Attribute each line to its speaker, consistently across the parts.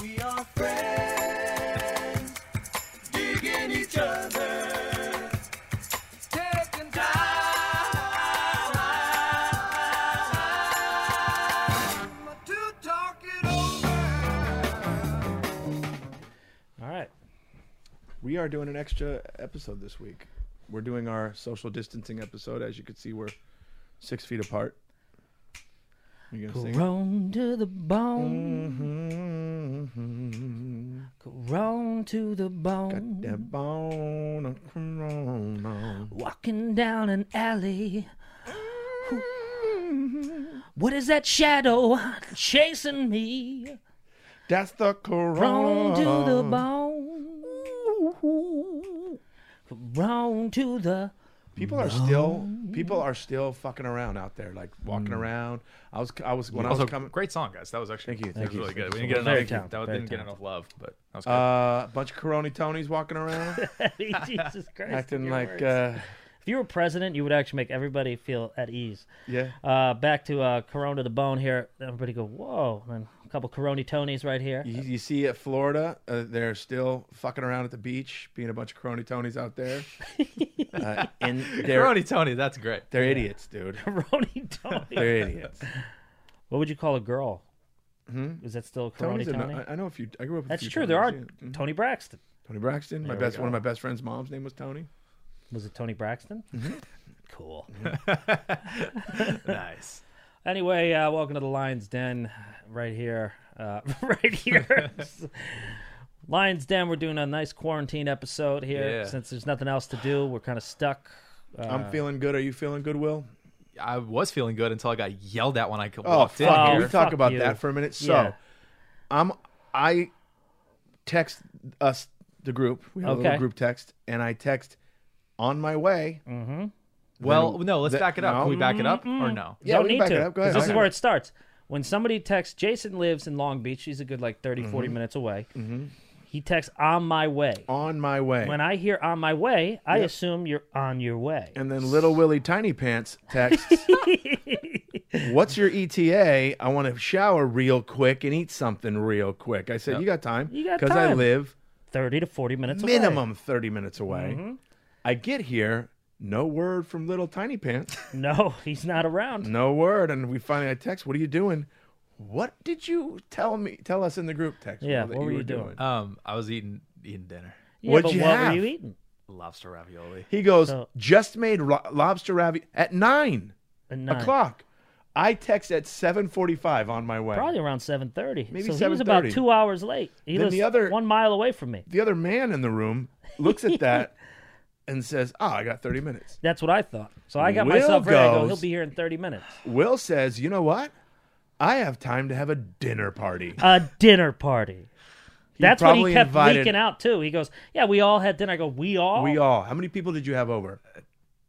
Speaker 1: We are friends, digging each other, taking time to talk it over.
Speaker 2: All right. We are doing an extra episode this week. We're doing our social distancing episode. As you can see, we're six feet apart. You gonna sing?
Speaker 3: Corona to the bone,
Speaker 2: Mhm.
Speaker 3: Mm. corona to the
Speaker 2: Got
Speaker 3: bone.
Speaker 2: that bone of corona.
Speaker 3: Walking down an alley. What is that shadow chasing me?
Speaker 2: That's the
Speaker 3: Corona to the
Speaker 2: corona.
Speaker 3: bone. Corona to the.
Speaker 2: People are still people are still fucking around out there, like walking
Speaker 3: Mm.
Speaker 2: around. I was I was when I
Speaker 4: Also,
Speaker 2: was coming.
Speaker 4: great song, guys. That was actually
Speaker 2: Thank you,
Speaker 4: that
Speaker 2: thank
Speaker 4: was
Speaker 2: you.
Speaker 4: really
Speaker 2: Thank
Speaker 4: good. We
Speaker 2: you
Speaker 4: didn't get
Speaker 3: so much. Very
Speaker 4: enough.
Speaker 3: talented,
Speaker 4: that was,
Speaker 3: very
Speaker 4: didn't get enough love, but that was good.
Speaker 2: Uh, a bunch of Corona Tonys walking around,
Speaker 3: Jesus Christ.
Speaker 2: acting
Speaker 3: your
Speaker 2: like
Speaker 3: words.
Speaker 2: uh,
Speaker 3: If you were president, you would actually make everybody feel at ease.
Speaker 2: yeah.
Speaker 3: Uh, back to uh, Corona to the bone here. Everybody go, whoa. And then a couple Corona Tonys right here.
Speaker 2: You, you see at Florida, uh, they're still fucking around at the beach, being a bunch of crony Tonys out there. uh, and they're,
Speaker 4: Tony, Tony, that's great.
Speaker 2: they're idiots, dude.
Speaker 3: Corona Tony.
Speaker 2: They're idiots.
Speaker 3: what would you call a girl? Is that still a Corona
Speaker 2: Hmm? Tony's a- uh,
Speaker 3: Tony?
Speaker 2: I- I know a few. I grew up with a
Speaker 3: That's
Speaker 2: few
Speaker 3: true.
Speaker 2: Tonys,
Speaker 3: There are
Speaker 2: yeah. Mhm.
Speaker 3: Tony Braxton.
Speaker 2: Tony Braxton. My
Speaker 4: There we
Speaker 2: best
Speaker 4: go.
Speaker 2: one of my best friend's mom's name was Tony.
Speaker 3: Was it Tony Braxton?
Speaker 2: Mm-hmm.
Speaker 3: Cool.
Speaker 4: nice.
Speaker 3: Anyway, uh, welcome to the Lion's Den, right here, uh, right here. Lion's Den. We're doing a nice quarantine episode here
Speaker 4: Yeah.
Speaker 3: since there's nothing else to do. We're kind of stuck. Uh,
Speaker 2: I'm feeling good. Are you feeling good, Will?
Speaker 4: I was feeling good until I got yelled at when I
Speaker 2: Oh,
Speaker 4: walked in
Speaker 2: fuck.
Speaker 3: Oh,
Speaker 2: Can
Speaker 4: here.
Speaker 2: we talk
Speaker 3: fuck
Speaker 2: about
Speaker 3: you.
Speaker 2: that for a minute? So,
Speaker 3: Yeah.
Speaker 2: I'm I text us the group. We have a
Speaker 3: Okay. Mm.
Speaker 2: little group text, and I text on my way.
Speaker 4: Well, no, let's
Speaker 2: That-
Speaker 4: back it up.
Speaker 2: no.
Speaker 4: Can we back it up or no?
Speaker 2: Yeah,
Speaker 3: don't
Speaker 2: we can
Speaker 3: need
Speaker 2: back
Speaker 3: to.
Speaker 2: it up. Go
Speaker 3: 'cause
Speaker 2: ahead.
Speaker 3: This
Speaker 2: Back
Speaker 3: is
Speaker 2: it
Speaker 3: where
Speaker 2: up.
Speaker 3: it starts. When somebody texts, Jason lives in Long Beach. He's a good like 30, 40
Speaker 2: Mm-hmm.
Speaker 3: minutes away. He texts on my way.
Speaker 2: on my way.
Speaker 3: When I hear on my way, I assume you're on your way.
Speaker 2: and then little Willie Tiny Pants texts, "What's your ETA? I want to shower real quick and eat something real quick." I said, "You got time?
Speaker 3: You got
Speaker 2: I
Speaker 3: time.
Speaker 2: live
Speaker 3: 30 to 40 minutes away.
Speaker 2: minimum thirty minutes away.
Speaker 3: Mm-hmm.
Speaker 2: I get here, no word from little Tiny Pants,
Speaker 3: No, he's not around.
Speaker 2: no word, and we finally I text, "What are you doing?" What did you tell me? Tell us in the group text.
Speaker 3: Yeah,
Speaker 2: Will, that
Speaker 3: what were you doing?
Speaker 4: Um, I was eating eating dinner,
Speaker 3: Yeah,
Speaker 2: What'd
Speaker 3: but
Speaker 2: you
Speaker 3: what
Speaker 2: have?
Speaker 3: were you eating?
Speaker 4: lobster ravioli.
Speaker 2: He goes,
Speaker 3: So-
Speaker 2: "Just made ro- lobster ravi at nine,
Speaker 3: At nine.
Speaker 2: o'clock." I text at seven forty-five on my way.
Speaker 3: Probably around 7.30.
Speaker 2: Maybe
Speaker 3: so he was about
Speaker 2: 7:30.
Speaker 3: two hours late. He
Speaker 2: Then
Speaker 3: lives
Speaker 2: the other-
Speaker 3: one mile away from me.
Speaker 2: the other man in the room looks at that and says, "Oh, I got 30 minutes."
Speaker 3: That's what I thought. So I got
Speaker 2: Will
Speaker 3: myself ready. I go,
Speaker 2: goes-
Speaker 3: he'll be here in 30 minutes.
Speaker 2: Will says, "You know what? I have time to have a dinner party."
Speaker 3: A dinner party. That's what he
Speaker 2: probably
Speaker 3: kept
Speaker 2: invited-
Speaker 3: leaking out, too. He goes, yeah, we all had dinner. I go, we all?
Speaker 2: We all. How many people did you have over?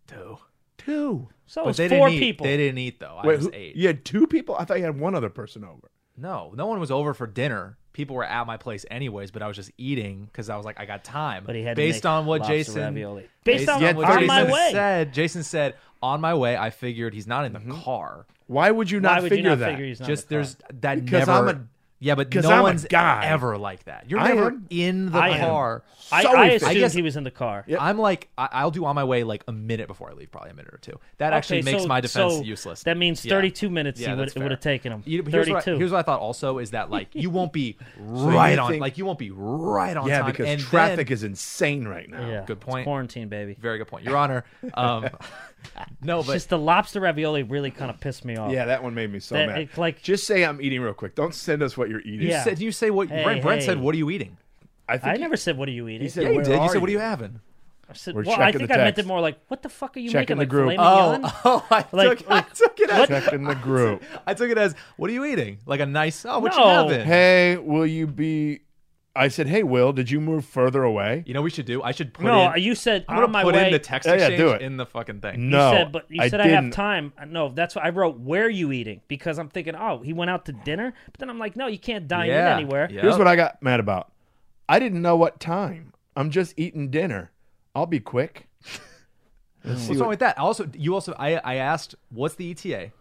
Speaker 4: Two.
Speaker 2: Two.
Speaker 3: So it
Speaker 4: But
Speaker 3: was
Speaker 4: they
Speaker 3: four
Speaker 4: didn't eat.
Speaker 3: people.
Speaker 4: They didn't eat though. I was
Speaker 2: who-
Speaker 4: eight.
Speaker 2: you had two people? I thought you had one other person over.
Speaker 4: No, no one was over for dinner. People were at my place anyways, but I was just eating because I was like, I got time.
Speaker 3: But he had to
Speaker 4: based
Speaker 3: make
Speaker 4: on what
Speaker 3: lobster
Speaker 4: Jason
Speaker 3: ravioli. Based on
Speaker 2: Yeah,
Speaker 3: what on
Speaker 2: Jason
Speaker 3: my way.
Speaker 4: said, Jason said, on my way. I figured he's not in the
Speaker 2: Mm-hmm.
Speaker 4: car.
Speaker 2: Why would you not
Speaker 3: Why would
Speaker 2: figure
Speaker 3: you not
Speaker 2: that?
Speaker 3: figure he's not
Speaker 4: Just
Speaker 3: in the car?
Speaker 4: there's that
Speaker 2: Because
Speaker 4: never.
Speaker 2: I'm a-
Speaker 4: yeah, but
Speaker 2: 'cause
Speaker 4: no
Speaker 2: I'm a
Speaker 4: one's
Speaker 2: guy.
Speaker 4: ever like that. You're
Speaker 2: I
Speaker 4: never
Speaker 2: am.
Speaker 4: in the
Speaker 3: I am.
Speaker 4: car.
Speaker 3: I,
Speaker 2: so
Speaker 3: I
Speaker 2: efficient.
Speaker 3: assumed
Speaker 4: I guess-
Speaker 3: he was in the car.
Speaker 4: I'm like, I- I'll do on my way like a minute before I leave, probably a minute or two. That actually
Speaker 3: Okay,
Speaker 4: makes
Speaker 3: so-
Speaker 4: my defense
Speaker 3: so
Speaker 4: useless.
Speaker 3: That means
Speaker 4: Yeah.
Speaker 3: 32 minutes he would,
Speaker 4: that's
Speaker 3: it would have
Speaker 4: fair.
Speaker 3: taken him.
Speaker 4: You- but here's
Speaker 3: 32.
Speaker 4: what, I, here's what I thought also is that like you won't be right on
Speaker 2: think-
Speaker 4: like you won't be right on
Speaker 2: Yeah,
Speaker 4: time
Speaker 2: because
Speaker 4: and
Speaker 2: traffic
Speaker 4: then-
Speaker 2: is insane right now.
Speaker 3: yeah,
Speaker 4: good
Speaker 3: it's
Speaker 4: point.
Speaker 3: quarantine, baby.
Speaker 4: very good point your honor um no but
Speaker 3: Just the lobster ravioli really kind of pissed me off.
Speaker 2: Yeah, that one made me so
Speaker 3: That-
Speaker 2: mad.
Speaker 3: it's like-
Speaker 2: just say I'm eating real quick. Don't send us what you're eating.
Speaker 3: Yeah.
Speaker 4: said you say what
Speaker 3: Hey,
Speaker 4: Brent, Brent said
Speaker 3: hey.
Speaker 4: what are you eating
Speaker 2: I think
Speaker 3: I
Speaker 2: you-
Speaker 3: never said, what are you eating?
Speaker 2: He said,
Speaker 4: yeah you
Speaker 2: "Where
Speaker 4: did you
Speaker 2: are
Speaker 4: said what are you having
Speaker 3: I said,
Speaker 2: We're
Speaker 3: well, I
Speaker 2: checking
Speaker 3: think
Speaker 2: the
Speaker 3: I meant
Speaker 2: text.
Speaker 3: it more like, what the fuck are you
Speaker 2: Checking
Speaker 3: making?
Speaker 2: the
Speaker 3: like filet
Speaker 2: group.
Speaker 4: oh
Speaker 3: mignon?
Speaker 4: oh I
Speaker 3: Like-
Speaker 4: took, I
Speaker 3: like-
Speaker 4: took it as
Speaker 2: Checking the group.
Speaker 4: I took it as what are you eating like a nice oh what you
Speaker 3: No.
Speaker 4: having
Speaker 2: hey, will you be? I said, hey, Will, did you move further away?
Speaker 4: you know what we should do I should put
Speaker 3: No,
Speaker 4: in,
Speaker 3: you said
Speaker 4: I'm gonna
Speaker 3: on my
Speaker 4: put
Speaker 3: way.
Speaker 4: in the text
Speaker 2: Yeah, yeah,
Speaker 4: exchange
Speaker 2: do it.
Speaker 4: in the fucking thing
Speaker 3: You
Speaker 2: No,
Speaker 3: said, but you said I,
Speaker 2: didn't.
Speaker 3: have time. No, that's what I wrote. Where are you eating? Because I'm thinking, oh, he went out to dinner. But then I'm like, no, you can't dine
Speaker 4: Yeah.
Speaker 3: in anywhere.
Speaker 4: Yeah.
Speaker 2: Here's what I got mad about. I didn't know what time. I'm just eating dinner. I'll be quick.
Speaker 4: what's wrong with that also you also I I asked what's the ETA and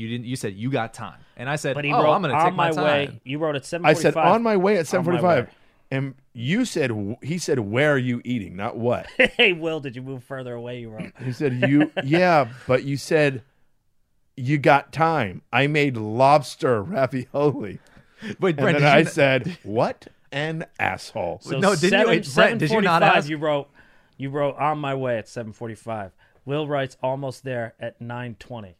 Speaker 4: you didn't. You said you got time, and I said,
Speaker 3: But he
Speaker 4: "Oh,
Speaker 3: wrote
Speaker 4: I'm going to
Speaker 3: on
Speaker 4: take my, time."
Speaker 3: way. You wrote at seven.
Speaker 2: I said on my way at
Speaker 3: On my
Speaker 2: 7:45,
Speaker 3: way.
Speaker 2: and you said w- he said where are you eating, not what.
Speaker 3: hey, Will, did you move further away? You wrote.
Speaker 2: He said you yeah, but you said you got time. I made lobster ravioli,
Speaker 4: Wait,
Speaker 2: and
Speaker 4: Brent,
Speaker 2: then
Speaker 4: did
Speaker 2: I
Speaker 4: you kn-
Speaker 2: said what an asshole.
Speaker 3: So
Speaker 4: No, didn't you-
Speaker 3: seven,
Speaker 4: wait, Brent, did you not
Speaker 3: 7:45,
Speaker 4: ask-
Speaker 3: You wrote. You wrote on my way at seven forty-five. Will writes almost there at nine twenty.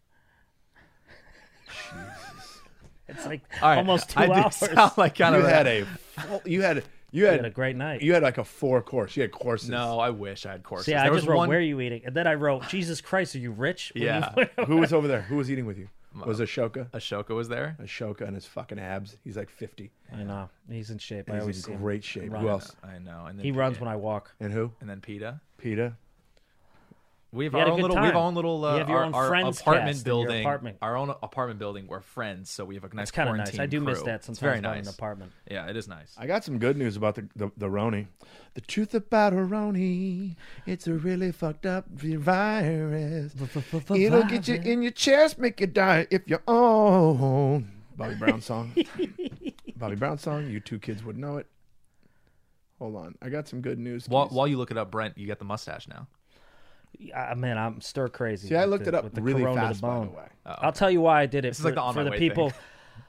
Speaker 3: It's like
Speaker 4: All right,
Speaker 3: almost two
Speaker 4: I do
Speaker 3: hours.
Speaker 4: sound like kind
Speaker 2: you
Speaker 4: of a-
Speaker 2: had a full- you had you
Speaker 3: We had a
Speaker 2: had
Speaker 3: great night.
Speaker 2: you had like a four course. You had courses.
Speaker 4: No, I wish I had courses.
Speaker 3: See,
Speaker 4: there
Speaker 3: I
Speaker 4: was
Speaker 3: just wrote
Speaker 4: one.
Speaker 3: where are you eating, and then I wrote Jesus Christ, are you rich? When you-
Speaker 4: yeah,
Speaker 2: Who was over there? Who was eating with you? Was Ashoka?
Speaker 4: Ashoka was there.
Speaker 2: Ashoka and his fucking abs. He's like 50.
Speaker 3: I know he's in shape. I
Speaker 2: And
Speaker 3: always
Speaker 2: he's
Speaker 3: see
Speaker 2: in
Speaker 3: him.
Speaker 2: great shape.
Speaker 3: running.
Speaker 2: Who else?
Speaker 4: I know, and then
Speaker 3: He runs when I walk.
Speaker 2: And who?
Speaker 4: and then Peta.
Speaker 2: PETA.
Speaker 4: We have
Speaker 3: You had
Speaker 4: our
Speaker 3: a
Speaker 4: own
Speaker 3: good
Speaker 4: little. We have
Speaker 3: time.
Speaker 4: our own little.
Speaker 3: You
Speaker 4: Uh,
Speaker 3: have your
Speaker 4: our,
Speaker 3: own
Speaker 4: our
Speaker 3: friends
Speaker 4: apartment
Speaker 3: cast in your
Speaker 4: building.
Speaker 3: apartment.
Speaker 4: Our own apartment building. We're friends, so we have a nice.
Speaker 3: It's kind of nice.
Speaker 4: quarantine
Speaker 3: I do miss
Speaker 4: crew.
Speaker 3: that
Speaker 4: It's
Speaker 3: sometimes.
Speaker 4: very
Speaker 3: when I'm
Speaker 4: nice.
Speaker 3: In an apartment.
Speaker 4: Yeah, it is nice.
Speaker 2: I got some good news about the, the, the Roni. The truth about a Roni, it's a really fucked up vi- virus. It'll get you in your chest, make you die if you're on. Bobby Brown song. Bobby Brown song. You two kids would know it. Hold on. I got some good news.
Speaker 4: While,
Speaker 2: kids.
Speaker 4: while you look it up, Brent, you got the mustache now.
Speaker 3: Uh, man, I'm stir crazy.
Speaker 2: See, I
Speaker 3: with
Speaker 2: looked
Speaker 3: the-
Speaker 2: it up
Speaker 3: with the
Speaker 2: really
Speaker 3: corona to
Speaker 2: fast,
Speaker 3: the
Speaker 2: by the
Speaker 3: bone.
Speaker 2: way.
Speaker 3: I'll tell you why I did it.
Speaker 4: This
Speaker 3: for,
Speaker 4: is like the On
Speaker 3: for
Speaker 4: My
Speaker 3: the
Speaker 4: Way
Speaker 3: people,
Speaker 4: thing.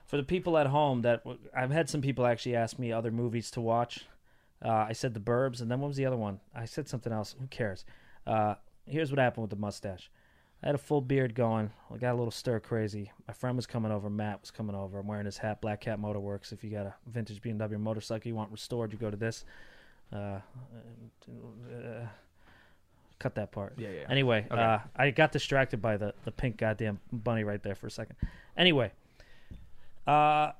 Speaker 3: for the people at home that w- I've had some people actually ask me other movies to watch. Uh, I said The Burbs, and then what was the other one? I said something else. Who cares? Uh, here's what happened with the mustache. I had a full beard going. I got a little stir crazy. My friend was coming over. Matt was coming over. I'm wearing his hat, Black Cat Motorworks. If you got a vintage BMW motorcycle you want restored, you go to this. Uh, uh, cut that part.
Speaker 4: Yeah, yeah, yeah.
Speaker 3: Anyway, uh, I got distracted by the, the pink goddamn bunny right there for a second. Anyway, uh,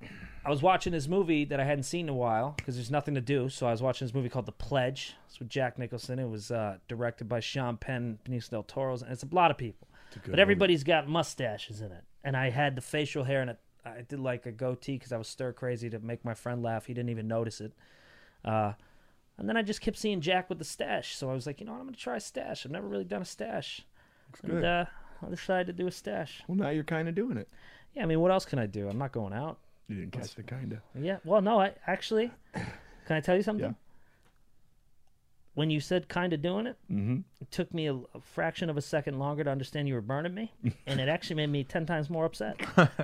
Speaker 3: I was watching this movie that I hadn't seen in a while because there's nothing to do. So I was watching this movie called The Pledge. It's with Jack Nicholson. It was uh, directed by Sean Penn, Benicio del Toro's, and it's a lot of people. But everybody's got mustaches in it, and I had the facial hair and it, I did like a goatee because I was stir crazy to make my friend laugh. He didn't even notice it. Uh, and then I just kept seeing Jack with the stash, so I was like, you know what, I'm gonna try a stash. I've never really done a stash, and
Speaker 2: good.
Speaker 3: uh, I decided to do a stash.
Speaker 2: Well, now you're kind of doing it.
Speaker 3: Yeah, I mean, what else can I do? I'm not going out.
Speaker 2: You didn't catch the kind of.
Speaker 3: Yeah. Well, no, I actually can I tell you something?
Speaker 2: Yeah.
Speaker 3: When you said kind of doing it, mm-hmm. it took me a, a fraction of a second longer to understand you were burning me, and it actually made me ten times more upset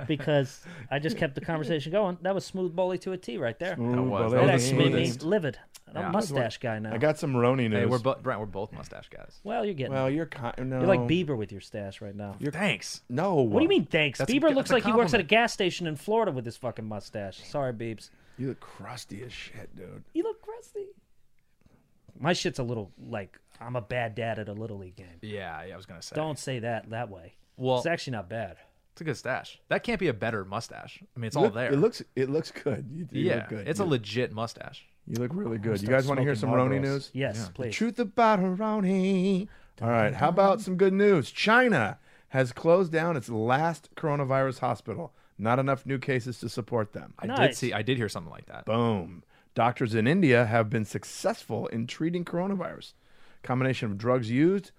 Speaker 3: because I just kept the conversation going. That was smooth bully to a T right there.
Speaker 4: That was-
Speaker 3: That
Speaker 4: that was the
Speaker 3: actually made me
Speaker 4: smoothest.
Speaker 3: livid. I'm
Speaker 4: Yeah.
Speaker 3: a mustache guy now.
Speaker 2: I got some Roni news.
Speaker 4: Hey, we're both Brent. We're both mustache guys.
Speaker 3: well, you're getting.
Speaker 2: well, you're kind. No,
Speaker 3: you're like Bieber with your stash right now.
Speaker 4: Thanks.
Speaker 2: No,
Speaker 3: what do you mean, thanks?
Speaker 4: That's a-
Speaker 3: Bieber
Speaker 4: that's
Speaker 3: looks
Speaker 4: a
Speaker 3: like he works at a
Speaker 4: compliment.
Speaker 3: gas station in Florida with his fucking mustache. Sorry, Biebs.
Speaker 2: You look crusty as shit, dude.
Speaker 3: You look crusty. My shit's a little like I'm a bad dad at a little league game.
Speaker 4: Yeah, yeah. I was gonna say.
Speaker 3: Don't say that that way.
Speaker 4: Well-
Speaker 3: it's actually not bad.
Speaker 4: It's a good stash. That can't be a better mustache. I mean, it's
Speaker 2: You
Speaker 4: all
Speaker 2: look-
Speaker 4: there.
Speaker 2: It looks it looks good. You, you
Speaker 4: yeah,
Speaker 2: look good.
Speaker 4: it's
Speaker 2: you,
Speaker 4: a legit mustache.
Speaker 2: You look really good. You guys want to hear some
Speaker 3: Smoking
Speaker 2: Roni
Speaker 3: Marlboros.
Speaker 2: news?
Speaker 3: Yes,
Speaker 2: The
Speaker 3: please.
Speaker 2: truth about Roni. All right, how about some good news? China has closed down its last coronavirus hospital. Not enough new cases to support them.
Speaker 4: I did
Speaker 3: Nice.
Speaker 4: see. I did hear something like that.
Speaker 2: Boom. Doctors in India have been successful in treating coronavirus. Combination of drugs used.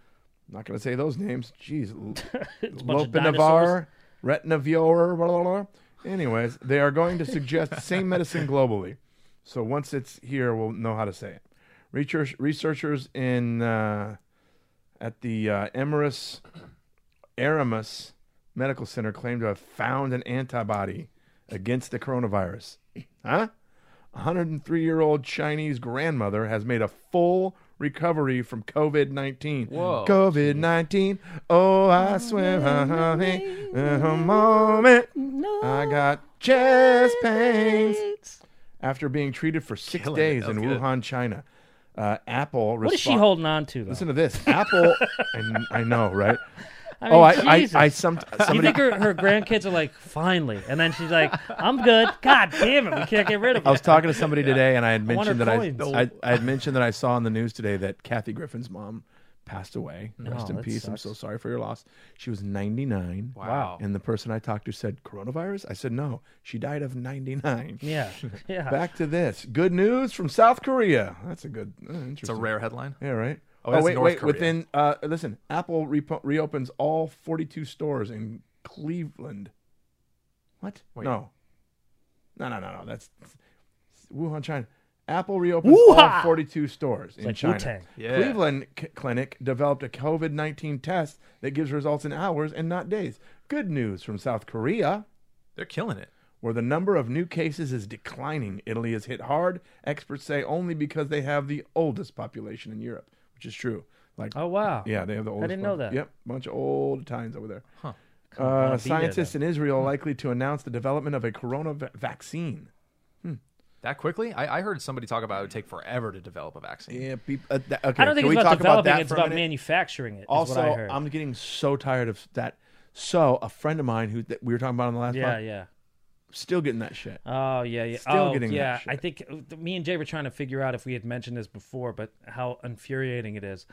Speaker 2: I'm not going to say those names. Jeez.
Speaker 3: bunch of
Speaker 2: Lopinavar, Retinavior, blah, blah, blah. Anyways, they are going to suggest same medicine globally. So once it's here, we'll know how to say it. Research, researchers in uh, at the uh, Emirates Aramis Medical Center claimed to have found an antibody against the coronavirus. Huh? 103 year old Chinese grandmother has made a full recovery from COVID 19.
Speaker 4: Whoa.
Speaker 2: COVID 19. Oh, I swear, honey, in uh, a moment, I got chest pains. After being treated for six
Speaker 4: Killing it.
Speaker 2: days
Speaker 4: That
Speaker 2: in
Speaker 4: was good.
Speaker 2: Wuhan, China, uh, Apple
Speaker 3: What is she holding on to? Though?
Speaker 2: Listen to this. Apple, I, I know, right?
Speaker 3: I
Speaker 2: oh,
Speaker 3: mean,
Speaker 2: I, I,
Speaker 3: Jesus.
Speaker 2: I, some,
Speaker 3: you
Speaker 2: somebody,
Speaker 3: think her, her grandkids are like, finally, and then she's like, I'm good. God damn it, we can't get rid of
Speaker 2: I was
Speaker 3: it.
Speaker 2: talking to somebody today, and I had
Speaker 3: want her
Speaker 2: mentioned that I,
Speaker 3: coins.
Speaker 2: I, I had mentioned that I saw on the news today that Kathy Griffin's mom passed away.
Speaker 4: Oh,
Speaker 2: Rest in
Speaker 3: that
Speaker 2: peace. I'm
Speaker 3: sucks.
Speaker 2: so sorry for your loss. She was 99.
Speaker 4: Wow.
Speaker 2: And the person I talked to said coronavirus. I said no. She died of 99.
Speaker 3: Yeah, yeah.
Speaker 2: Back to this. Good news from South Korea. That's a good. Uh, interesting.
Speaker 4: It's a rare headline.
Speaker 2: Yeah, right.
Speaker 4: Oh, that's
Speaker 2: wait,
Speaker 4: North
Speaker 2: wait.
Speaker 4: Korea.
Speaker 2: Within uh, listen, Apple repo reopens all 42 stores in Cleveland. What?
Speaker 4: Wait.
Speaker 2: No. No, no, no, no. That's Wuhan, China. Apple reopened all
Speaker 3: Wuhan!
Speaker 2: 42 stores in
Speaker 3: like
Speaker 2: China.
Speaker 3: Wu-Tang.
Speaker 4: Yeah.
Speaker 2: Cleveland C- Clinic developed a COVID 19 test that gives results in hours and not days. Good news from South Korea,
Speaker 4: They're killing it.
Speaker 2: where the number of new cases is declining. Italy is hit hard, experts say only because they have the oldest population in Europe, which is true. Like
Speaker 3: Oh wow.
Speaker 2: yeah, they have the oldest.
Speaker 3: didn't know
Speaker 2: one.
Speaker 3: that.
Speaker 2: Yep, bunch of old Italians over there.
Speaker 4: Huh.
Speaker 3: on,
Speaker 2: Uh,
Speaker 3: be there,
Speaker 2: scientists in Israel likely to announce the development of a corona va- vaccine.
Speaker 4: That quickly? I, I heard somebody talk about it would take forever to develop a vaccine.
Speaker 2: Yeah, people. Uh, that, okay,
Speaker 3: I don't think
Speaker 2: can we
Speaker 3: it's about
Speaker 2: talk
Speaker 3: developing.
Speaker 2: that
Speaker 3: it's
Speaker 2: for a
Speaker 3: about
Speaker 2: minute?
Speaker 3: manufacturing it. is
Speaker 2: Also,
Speaker 3: what I heard.
Speaker 2: I'm getting so tired of that. So, a friend of mine who that we were talking about on the last
Speaker 3: yeah,
Speaker 2: pod,
Speaker 3: yeah.
Speaker 2: still getting that shit.
Speaker 3: Oh yeah, yeah.
Speaker 2: Still
Speaker 3: oh
Speaker 2: getting that
Speaker 3: yeah.
Speaker 2: shit.
Speaker 3: I think uh, me and Jay were trying to figure out if we had mentioned this before, but how infuriating it is.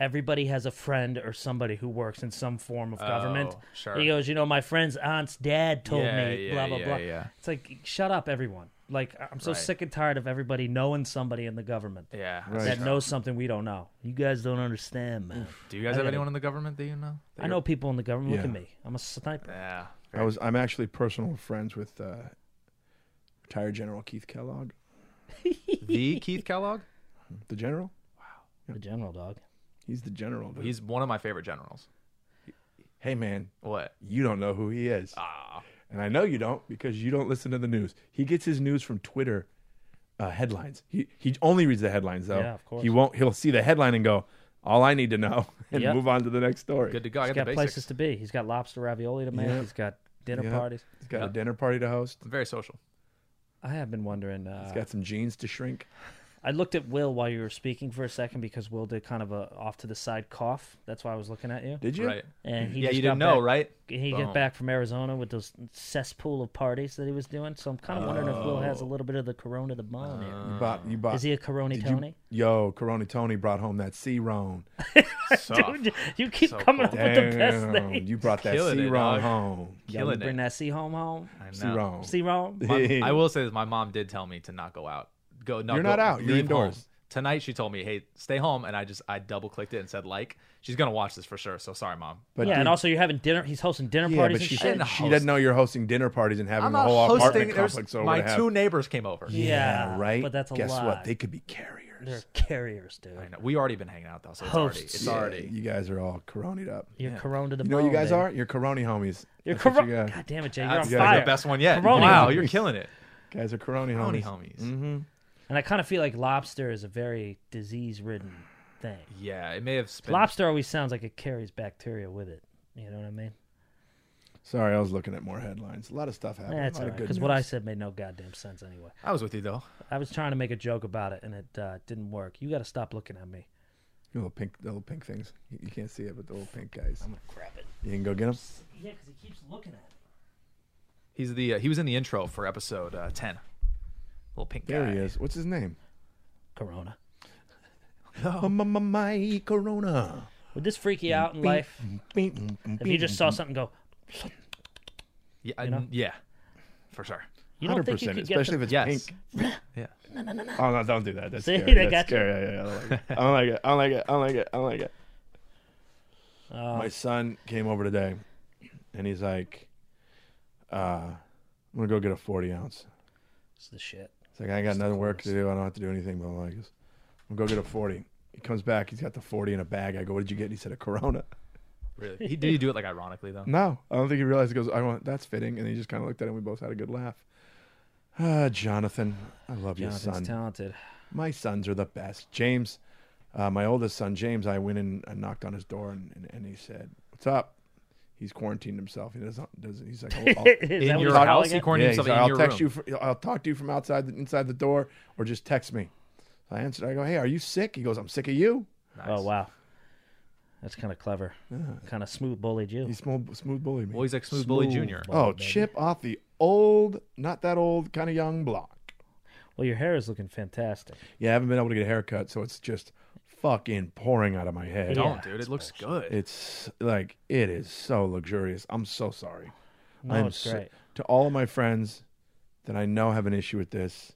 Speaker 3: Everybody has a friend or somebody who works in some form of government.
Speaker 4: Oh, sure.
Speaker 3: He goes, you know, my friend's aunt's dad told
Speaker 4: Yeah,
Speaker 3: me,
Speaker 4: yeah,
Speaker 3: blah blah
Speaker 4: yeah,
Speaker 3: blah.
Speaker 4: yeah.
Speaker 3: It's like, shut up, everyone. Like, I- I'm so
Speaker 4: Right.
Speaker 3: sick and tired of everybody knowing somebody in the government
Speaker 4: Yeah.
Speaker 3: that
Speaker 2: Right.
Speaker 3: knows something we don't know. You guys don't understand, man.
Speaker 4: Do you guys have anyone in the government that you know? That
Speaker 3: I know people in the government. Look
Speaker 2: Yeah.
Speaker 3: at me. I'm a sniper.
Speaker 4: you're- Yeah.
Speaker 2: I was. I'm actually personal friends with uh, retired General Keith Kellogg,
Speaker 4: The Keith Kellogg?
Speaker 2: the general.
Speaker 3: The general dog.
Speaker 2: He's the general. dude.
Speaker 4: He's one of my favorite generals.
Speaker 2: hey man,
Speaker 4: What?
Speaker 2: you don't know who he is.
Speaker 4: Ah.
Speaker 2: And I know you don't because you don't listen to the news. He gets his news from Twitter uh, headlines. He he only reads the headlines though.
Speaker 3: Yeah, of course.
Speaker 2: He won't. He'll see the headline and go, "All I need to know," and
Speaker 3: Yep.
Speaker 2: move on to the next story.
Speaker 4: Good to go. I
Speaker 3: He's
Speaker 4: got,
Speaker 3: got
Speaker 4: the basics.
Speaker 3: places to be. He's got lobster ravioli to make.
Speaker 2: Yeah.
Speaker 3: He's got dinner
Speaker 2: Yep.
Speaker 3: parties.
Speaker 2: He's got
Speaker 4: Yeah.
Speaker 2: a dinner party to host.
Speaker 4: I'm very social.
Speaker 3: I have been wondering. Uh,
Speaker 2: He's got
Speaker 4: Ah.
Speaker 2: some jeans to shrink.
Speaker 3: I looked at Will while you were speaking for a second because Will did kind of a off to the side cough. That's why I was looking at you.
Speaker 2: Did you?
Speaker 4: Right.
Speaker 3: And he
Speaker 4: yeah,
Speaker 3: just
Speaker 4: you
Speaker 3: got
Speaker 4: didn't know,
Speaker 3: back-
Speaker 4: right?
Speaker 3: He
Speaker 4: Boom.
Speaker 3: got back from Arizona with those cesspool of parties that he was doing. So I'm kind of wondering if Will has
Speaker 4: Oh.
Speaker 3: a little bit of the corona the bone
Speaker 2: You bought. You
Speaker 4: Uh,
Speaker 2: bought.
Speaker 3: Is he a Corona
Speaker 2: did you-
Speaker 3: Tony?
Speaker 2: yo, Corona Tony brought home that C Rone.
Speaker 4: Soft.
Speaker 3: Dude, you keep
Speaker 4: So
Speaker 3: coming
Speaker 4: cool.
Speaker 3: up with the best
Speaker 2: Damn,
Speaker 3: thing.
Speaker 2: you brought that
Speaker 4: Killing it,
Speaker 2: C Rone
Speaker 4: dog.
Speaker 2: home.
Speaker 3: Yeah, we
Speaker 4: Killing
Speaker 3: bring
Speaker 4: it.
Speaker 3: that C home home.
Speaker 4: I
Speaker 2: C
Speaker 4: know.
Speaker 2: Rone.
Speaker 3: C home.
Speaker 4: My- I will say this: my mom did tell me to not go out. Go. No,
Speaker 2: You're
Speaker 4: go-
Speaker 2: not out. You're
Speaker 4: leave
Speaker 2: indoors.
Speaker 4: home. Tonight she told me, "Hey, stay home," and I just I double clicked it and said like. She's gonna watch this for sure. So sorry, mom.
Speaker 2: But
Speaker 3: yeah,
Speaker 2: dude,
Speaker 3: and also you're having dinner. He's hosting dinner
Speaker 2: yeah,
Speaker 3: parties
Speaker 2: but
Speaker 3: and
Speaker 2: she,
Speaker 3: shit.
Speaker 4: didn't
Speaker 2: she
Speaker 4: host.
Speaker 2: doesn't know you're hosting dinner parties and having
Speaker 4: I'm
Speaker 2: the
Speaker 4: not
Speaker 2: whole
Speaker 4: hosting.
Speaker 2: apartment
Speaker 4: There's
Speaker 2: complex over
Speaker 4: my
Speaker 2: to have.
Speaker 4: two neighbors came over.
Speaker 3: Yeah,
Speaker 2: Yeah, right.
Speaker 3: But that's a
Speaker 2: Guess
Speaker 3: lie.
Speaker 2: what? They could be carriers.
Speaker 3: They're carriers, dude.
Speaker 4: I know. We already been hanging out though, so it's already
Speaker 3: Hosts.
Speaker 4: it's
Speaker 2: Yeah,
Speaker 4: already
Speaker 2: You guys are all coronied up.
Speaker 3: You're Corona to the
Speaker 2: You know what
Speaker 3: bone,
Speaker 2: you guys
Speaker 3: baby.
Speaker 2: are? You're corony homies.
Speaker 3: You're
Speaker 2: That's what
Speaker 3: Corona.
Speaker 2: you got.
Speaker 3: God damn it, Jay. You're on
Speaker 4: That's
Speaker 3: fire.
Speaker 4: the best one yet.
Speaker 3: Corona.
Speaker 4: Wow, you're killing it.
Speaker 2: Guys are corony
Speaker 4: Corona
Speaker 2: homies.
Speaker 4: homies.
Speaker 3: And I kind of feel like lobster is a very disease ridden thing.
Speaker 4: Yeah, it may have spent.
Speaker 3: Lobster always sounds like it carries bacteria with it. You know what I mean?
Speaker 2: Sorry, I was looking at more headlines. A lot of stuff happened.
Speaker 3: That's
Speaker 2: a
Speaker 3: all
Speaker 2: lot
Speaker 3: right.
Speaker 2: of good
Speaker 3: Because what I
Speaker 2: news.
Speaker 3: said made no goddamn sense anyway.
Speaker 4: I was with you though.
Speaker 3: I was trying to make a joke about it and it uh, didn't work. You got to stop looking at me.
Speaker 2: The little pink, the little pink things. You- You can't see it, but the little pink guys.
Speaker 3: I'm going to grab it.
Speaker 2: You can go get them.
Speaker 3: Yeah, because he keeps looking at me.
Speaker 4: He's the uh, he was in the intro for episode uh, ten. Little pink
Speaker 2: There
Speaker 4: guy.
Speaker 2: he is. What's his name?
Speaker 3: Corona.
Speaker 2: Oh, my, my, my Corona.
Speaker 3: Would this freak you out in life if you just saw something go,
Speaker 4: Yeah, I-
Speaker 3: know?
Speaker 4: yeah, for sure.
Speaker 3: you don't
Speaker 2: Hundred
Speaker 3: think you
Speaker 2: percent,
Speaker 3: could get
Speaker 2: especially
Speaker 3: the-
Speaker 2: if
Speaker 4: Yes.
Speaker 2: it's pink.
Speaker 4: Yeah.
Speaker 2: Oh no, don't do that. That's
Speaker 3: See,
Speaker 2: scary.
Speaker 3: they
Speaker 2: That's
Speaker 3: got you.
Speaker 2: scary. Yeah, yeah, yeah, I don't like it. I don't like it. I don't like it. I don't like it. I don't like it.
Speaker 3: Oh, Uh,
Speaker 2: My son came over today, and he's like, uh, "I'm gonna go get a 40 ounce."
Speaker 3: It's the shit.
Speaker 2: It's like I ain't got nothing work to do. I don't have to do anything. But I'm like, "I'm gonna go get a 40." He comes back. He's got the 40 in a bag. I go, "What did you get?" And he said, "A Corona."
Speaker 4: Really? He, did he do it like ironically though?
Speaker 2: No, I don't think he realized. He goes, "I want that's fitting," and he just kind of looked at it. and We both had a good laugh. Ah, Jonathan, I love your
Speaker 3: Jonathan's
Speaker 2: son.
Speaker 3: talented.
Speaker 2: my sons are the best. James, uh, my oldest son, James, I went in and knocked on his door and, and, and he said, What's up? He's quarantined himself. He doesn't, doesn't he's like, "Oh, I'll, I'll,
Speaker 3: Is that
Speaker 4: In
Speaker 3: what
Speaker 4: your
Speaker 3: he's
Speaker 4: house,
Speaker 3: calling
Speaker 4: he
Speaker 3: it?
Speaker 4: cornered
Speaker 2: Yeah, he's
Speaker 4: himself
Speaker 2: like,
Speaker 4: in
Speaker 2: I'll
Speaker 4: your
Speaker 2: text
Speaker 4: room.
Speaker 2: you, for, I'll talk to you from outside the, inside the door or just text me. So I answered, I go, Hey, are you sick? He goes, I'm sick of you.
Speaker 4: Nice.
Speaker 3: Oh wow, that's kind of clever. Kind of smooth bullied you.
Speaker 2: He smooth, smooth bullied me.
Speaker 4: Well, he's like Smooth, Bully
Speaker 3: Smooth
Speaker 4: Jr.
Speaker 3: Bully.
Speaker 2: oh,
Speaker 3: baby.
Speaker 2: chip off the old, not that old, kind of young block.
Speaker 3: Well, your hair is looking fantastic.
Speaker 2: Yeah, I haven't been able to get a haircut, so it's just fucking pouring out of my head.
Speaker 3: Yeah.
Speaker 4: Don't, dude. It looks good.
Speaker 2: It's like it is so luxurious. I'm so sorry.
Speaker 3: No,
Speaker 2: I'm
Speaker 3: it's
Speaker 2: so-
Speaker 3: great.
Speaker 2: to all of my friends that I know have an issue with this.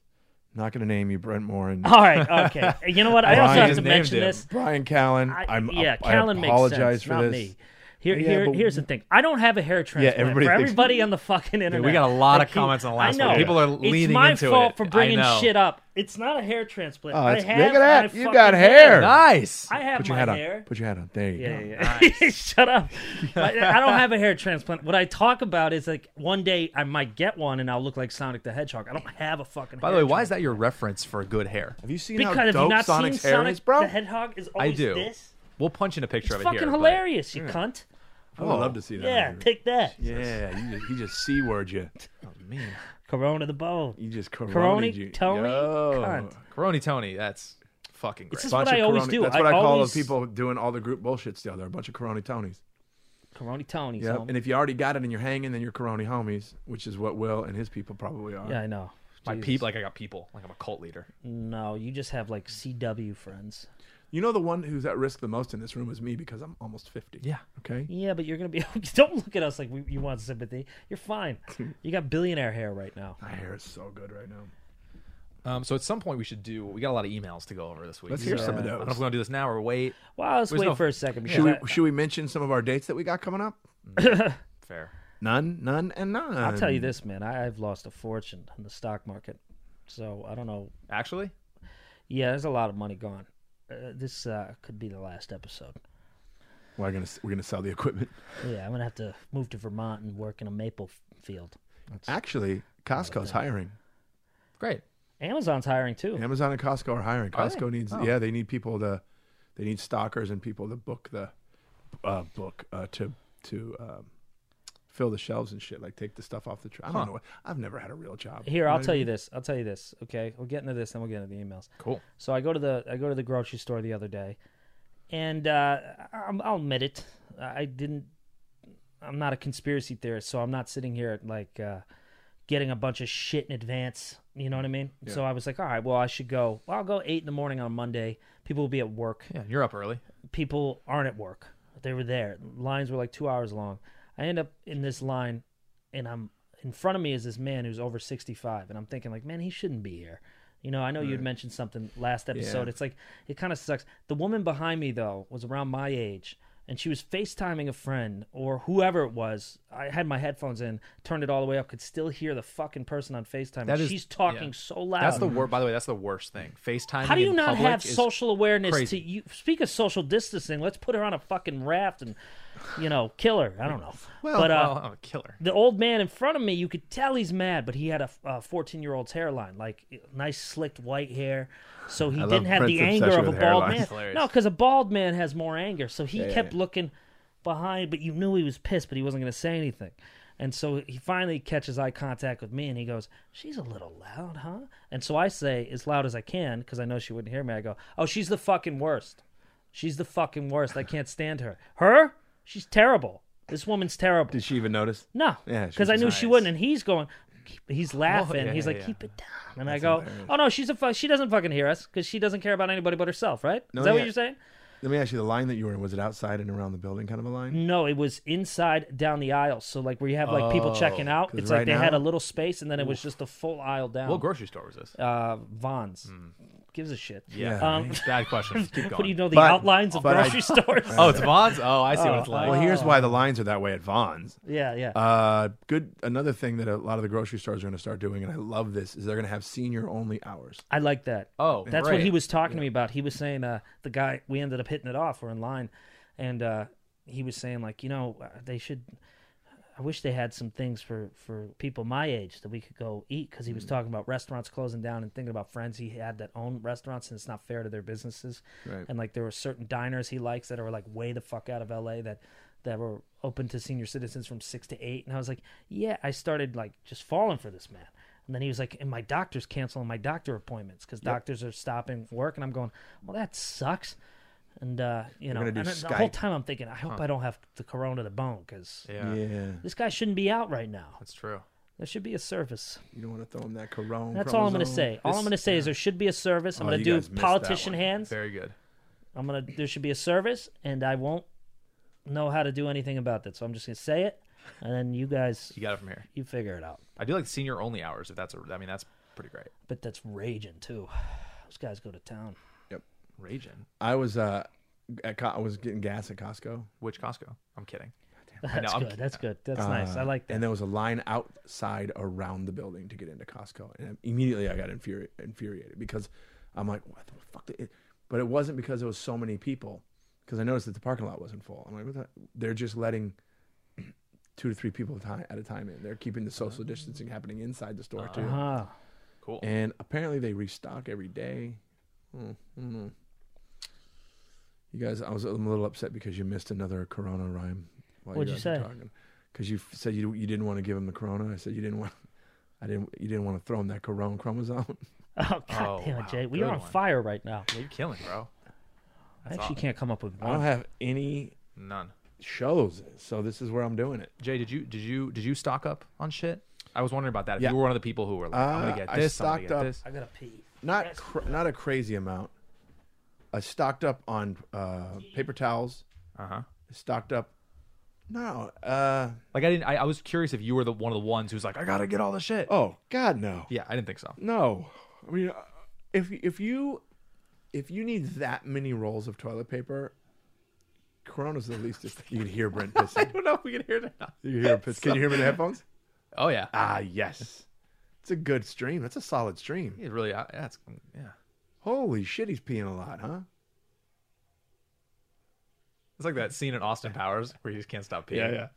Speaker 2: not going to name you, Brent Morin,
Speaker 3: All right, okay. You know what? I also
Speaker 2: Brian
Speaker 3: have to
Speaker 4: named
Speaker 3: mention
Speaker 4: him.
Speaker 3: this.
Speaker 2: Brian Callen.
Speaker 3: I,
Speaker 2: I'm,
Speaker 3: yeah,
Speaker 2: I,
Speaker 3: Callan
Speaker 2: apologize
Speaker 3: makes sense,
Speaker 2: for
Speaker 3: not
Speaker 2: this.
Speaker 3: me. Here,
Speaker 2: Yeah,
Speaker 3: here
Speaker 2: but-
Speaker 3: here's the thing. I don't have a hair transplant.
Speaker 2: everybody
Speaker 3: for
Speaker 2: thinks-
Speaker 3: everybody on the fucking internet.
Speaker 4: we got a lot
Speaker 3: I
Speaker 4: of comments on the last
Speaker 3: I know.
Speaker 4: one. People are
Speaker 3: it's
Speaker 4: leaning
Speaker 3: my
Speaker 4: into
Speaker 3: fault
Speaker 4: it.
Speaker 3: for
Speaker 4: I
Speaker 3: bringing
Speaker 4: know.
Speaker 3: shit up. It's not a hair transplant.
Speaker 2: Oh,
Speaker 3: I
Speaker 2: it's-
Speaker 3: have
Speaker 2: look at that.
Speaker 3: my
Speaker 2: You
Speaker 3: fucking
Speaker 2: got hair.
Speaker 4: Nice.
Speaker 3: I have
Speaker 2: Put
Speaker 3: my
Speaker 2: your hat
Speaker 3: hair.
Speaker 2: on. Put your hat on. There you
Speaker 3: Yeah,
Speaker 2: go.
Speaker 3: yeah. Shut up. I, I don't have a hair transplant. What I talk about is like one day I might get one and I'll look like Sonic the Hedgehog. I don't have a fucking.
Speaker 4: By the way, why is that your reference for good hair?
Speaker 2: Have you seen
Speaker 3: Because
Speaker 2: how
Speaker 3: have you
Speaker 2: dope
Speaker 3: not
Speaker 2: Sonic's
Speaker 3: seen
Speaker 2: hair
Speaker 3: Sonic
Speaker 2: is, bro?
Speaker 3: the Hedgehog is always
Speaker 4: do.
Speaker 3: this.
Speaker 4: We'll punch in a picture
Speaker 3: It's
Speaker 4: of it
Speaker 3: fucking
Speaker 4: here. but-
Speaker 3: hilarious, you cunt.
Speaker 2: I would love to see that.
Speaker 3: Yeah, take that.
Speaker 2: Yeah, you just, he just c word you.
Speaker 4: Oh, Man.
Speaker 3: Corona the bone.
Speaker 2: You just
Speaker 3: Corona,
Speaker 2: corroded you.
Speaker 3: Tony,
Speaker 2: Yo.
Speaker 3: cunt.
Speaker 4: Coroni Tony, that's fucking great.
Speaker 3: This is
Speaker 2: Bunch
Speaker 3: what I
Speaker 2: of
Speaker 3: always
Speaker 2: Corona-
Speaker 3: do.
Speaker 2: That's what I, call
Speaker 3: always,
Speaker 2: the people doing all the group bullshit still. They're a bunch of Corona Tonys.
Speaker 3: Corona Tony.
Speaker 2: Yeah. And if you already got it and you're hanging, then you're Corona homies, which is what Will and his people probably are.
Speaker 3: yeah, I know.
Speaker 4: My
Speaker 3: Jesus.
Speaker 4: peep, like I got people, like I'm a cult leader.
Speaker 3: No, you just have like CW friends.
Speaker 2: You know the one who's at risk the most in this room is me because I'm almost 50.
Speaker 4: Yeah.
Speaker 2: Okay?
Speaker 3: Yeah, but you're gonna be. Don't look at us like we, you want sympathy. You're fine. You got billionaire hair right now.
Speaker 2: My hair is so good right now.
Speaker 4: Um, so at some point we should do. We got a lot of emails to go over this week.
Speaker 2: Let's hear some of
Speaker 4: I don't know if
Speaker 2: those.
Speaker 4: we're gonna do this now or wait.
Speaker 3: Well, let's
Speaker 4: There's
Speaker 3: wait
Speaker 4: no-
Speaker 3: for a second because
Speaker 2: Should we,
Speaker 3: I,
Speaker 2: should we mention some of our dates that we got coming up?
Speaker 4: Fair.
Speaker 2: None, none, and none.
Speaker 3: I'll tell you this, man. I, I've lost a fortune in the stock market, so I don't know.
Speaker 4: Actually,
Speaker 3: Yeah, there's a lot of money gone. Uh, this uh, could be the last episode.
Speaker 2: We're gonna we're gonna sell the equipment.
Speaker 3: Yeah, I'm gonna have to move to Vermont and work in a maple f- field.
Speaker 2: Actually, Costco's hiring.
Speaker 4: great.
Speaker 3: Amazon's hiring too.
Speaker 2: Amazon and Costco are hiring.
Speaker 4: Are they?
Speaker 2: Costco needs
Speaker 3: Oh.
Speaker 2: yeah, they need people to they need stalkers and people to book the uh, book uh, to to um, fill the shelves and shit. Like take the stuff off the truck. I don't know. what- I've never had a real job.
Speaker 3: Here, I'll tell you this. I'll tell you this. Okay, we'll get into this, then we'll get into the emails.
Speaker 4: Cool.
Speaker 3: So I go to the I go to the grocery store the other day, and uh, I'm, I'll admit it. I didn't. I'm not a conspiracy theorist, so I'm not sitting here like uh, getting a bunch of shit in advance. You know what I mean? So I was like, all right, well, I should go. Well, I'll go eight in the morning on Monday. People will be at work.
Speaker 4: Yeah, you're up early.
Speaker 3: People aren't at work. They were there. Lines were like two hours long. I end up in this line, and I'm in front of me is this man who's over 65, and I'm thinking like, man, he shouldn't be here. You know, I know you had mentioned something last episode. It's like it kind of sucks. The woman behind me though was around my age, and she was FaceTiming a friend or whoever it was. I had my headphones in, turned it all the way up, could still hear the fucking person on FaceTime.
Speaker 4: That is-
Speaker 3: She's talking
Speaker 4: yeah.
Speaker 3: so loud.
Speaker 4: That's the worst. By the way, that's the worst thing. Facetime.
Speaker 3: How do you not have
Speaker 4: social?
Speaker 3: social awareness
Speaker 4: crazy.
Speaker 3: to you speak of social distancing? Let's put her on a fucking raft and you know, kill her. I don't know.
Speaker 4: Well,
Speaker 3: but uh
Speaker 4: well, I'm a killer.
Speaker 3: the old man in front of me, you could tell he's mad, but he had a 14 year old's hairline, like nice slicked white hair. So he
Speaker 2: love
Speaker 3: didn't have the
Speaker 2: Prince's
Speaker 3: anger
Speaker 2: obsession
Speaker 3: of a
Speaker 2: with
Speaker 3: bald
Speaker 2: hairlines.
Speaker 3: man.
Speaker 4: Hilarious.
Speaker 3: No, because a bald man has more anger. So he
Speaker 2: yeah,
Speaker 3: kept
Speaker 2: yeah.
Speaker 3: looking behind, but you knew he was pissed, but he wasn't going to say anything. And so he finally catches eye contact with me and he goes, She's a little loud, huh? And so I say, as loud as I can, because I know she wouldn't hear me, I go, Oh, she's the fucking worst. She's the fucking worst. I can't stand her. Her? She's terrible. This woman's terrible.
Speaker 2: Did she even notice?
Speaker 3: No,
Speaker 2: Yeah, she
Speaker 3: because I
Speaker 2: was
Speaker 3: knew she wouldn't. And he's going, keep- he's laughing.
Speaker 4: yeah,
Speaker 3: he's
Speaker 4: yeah,
Speaker 3: like,
Speaker 4: yeah.
Speaker 3: keep it down. And I go, oh no, she's a fu- she doesn't fucking hear us because she doesn't care about anybody but herself, right? Is that what
Speaker 2: yeah.
Speaker 3: you're saying?
Speaker 2: Let me ask you: the line that you were in was it outside and around the building, kind of a line?
Speaker 3: No, it was inside down the aisle. So like where you have like people checking out,
Speaker 2: Oh, 'cause
Speaker 3: it's
Speaker 2: right
Speaker 3: like they had
Speaker 2: now-
Speaker 3: a little space, and then it was just a full aisle down.
Speaker 4: What grocery store was this?
Speaker 3: uh, Vons
Speaker 2: Hmm.
Speaker 3: gives a shit.
Speaker 4: yeah.
Speaker 3: Um,
Speaker 4: Bad question. Keep
Speaker 3: what do
Speaker 4: going.
Speaker 3: you know the
Speaker 2: But-
Speaker 3: outlines of
Speaker 2: but I-
Speaker 3: grocery stores?
Speaker 4: Oh, it's Vaughn's. Oh, I see what it's like.
Speaker 2: Well, here's why
Speaker 3: um,
Speaker 2: the lines are that way at Vaughn's.
Speaker 3: yeah, yeah.
Speaker 2: Uh, good. Another thing that a lot of the grocery stores are going to start doing, and I love this, is they're going to have senior-only hours.
Speaker 3: I like that.
Speaker 4: Oh,
Speaker 3: that's what
Speaker 4: great.
Speaker 3: he was talking to me about. He was saying uh, the guy we ended up hitting it off. We're in line, and uh, he was saying like, you know, uh, they should. I wish they had some things for for people my age that we could go eat because he
Speaker 2: Mm.
Speaker 3: was talking about restaurants closing down and thinking about friends he had that own restaurants and it's not fair to their businesses.
Speaker 2: Right.
Speaker 3: And like there were certain diners he likes that are like way the fuck out of L.A. that that were open to senior citizens from six to eight. And I was like, yeah, I started like just falling for this man. And then he was like, and my doctor's canceling my doctor appointments because doctors are stopping work. And I'm going, well, that sucks. And uh, you know,
Speaker 2: gonna do
Speaker 3: and the whole
Speaker 2: Skype.
Speaker 3: time I'm thinking, I hope I don't have the corona to the bone because
Speaker 4: Yeah,
Speaker 2: Yeah.
Speaker 3: this guy shouldn't be out right now.
Speaker 4: that's true.
Speaker 3: There should be a service.
Speaker 2: You don't want to throw them that corona.
Speaker 3: That's all I'm going to say. All I'm going to say is there should be a service. I'm
Speaker 2: Oh,
Speaker 3: going
Speaker 2: you
Speaker 3: to
Speaker 2: guys
Speaker 3: do
Speaker 2: missed that
Speaker 3: politician
Speaker 2: one.
Speaker 3: hands.
Speaker 4: Very good.
Speaker 3: I'm going to there should be a service and I won't know how to do anything about that. So I'm just going to say it and then you guys
Speaker 4: You got it from here.
Speaker 3: you figure it out.
Speaker 4: I do like senior only hours. If that's a, I mean, that's pretty great.
Speaker 3: But that's raging too. Those guys go to town.
Speaker 4: Raging.
Speaker 2: I was uh at Co- I was getting gas at Costco.
Speaker 4: Which Costco? I'm kidding. I know,
Speaker 3: That's
Speaker 4: I'm
Speaker 3: good.
Speaker 4: ki-
Speaker 3: That's good. That's nice. I
Speaker 2: Uh,
Speaker 3: like that.
Speaker 2: And there was a line outside around the building to get into Costco, and immediately I got infuri- infuriated because I'm like, what the fuck? Did it? But it wasn't because there was so many people, because I noticed that the parking lot wasn't full. I'm like, what the? They're just letting two to three people at a time- at a time in. They're keeping the social distancing happening inside the store too.
Speaker 3: Uh-huh.
Speaker 4: Cool.
Speaker 2: And apparently they restock every day. Hmm, I don't know. You guys, I was I'm a little upset because you missed another Corona rhyme. While
Speaker 3: What'd you
Speaker 2: guys were
Speaker 3: say?
Speaker 2: talking. Because you f- said you you didn't want to give him the Corona. I said you didn't want. I didn't. You didn't want to throw him that Corona chromosome.
Speaker 3: Oh god
Speaker 4: Oh,
Speaker 3: damn it,
Speaker 4: wow.
Speaker 3: Jay. We
Speaker 4: Good
Speaker 3: are on
Speaker 4: one.
Speaker 3: fire right now.
Speaker 4: You're killing, bro.
Speaker 3: I
Speaker 4: That's
Speaker 3: actually
Speaker 4: awesome.
Speaker 3: can't come up with
Speaker 2: I don't
Speaker 3: one.
Speaker 2: have any
Speaker 4: None.
Speaker 2: shows, so this is where I'm doing it.
Speaker 4: Jay, did you did you did you stock up on shit? I was wondering about that. If
Speaker 2: Yeah.
Speaker 4: you were one of the people who were like, I'm
Speaker 2: Uh,
Speaker 4: gonna get
Speaker 2: I
Speaker 4: this, I'm gonna
Speaker 2: stocked
Speaker 4: get
Speaker 2: up.
Speaker 4: this.
Speaker 3: I gotta pee.
Speaker 2: Not cr- not a crazy amount. I stocked up on uh, paper towels.
Speaker 4: Uh huh.
Speaker 2: Stocked up. No. Uh,
Speaker 4: Like I didn't. I, I was curious if you were the one of the ones who's like, I gotta get all the shit.
Speaker 2: oh God, no.
Speaker 4: Yeah, I didn't think so.
Speaker 2: No, I mean, uh, if if you if you need that many rolls of toilet paper, Corona's the least. You can hear Brent pissing.
Speaker 4: don't know if we can hear that.
Speaker 2: You can hear him piss. Can you hear me in the headphones?
Speaker 4: Oh yeah.
Speaker 2: Ah, yes. It's a good stream. That's a solid stream.
Speaker 4: He's really. uh, Yeah. It's, yeah.
Speaker 2: Holy shit, he's peeing a lot, huh?
Speaker 4: It's like that scene in Austin Powers where you just can't stop peeing.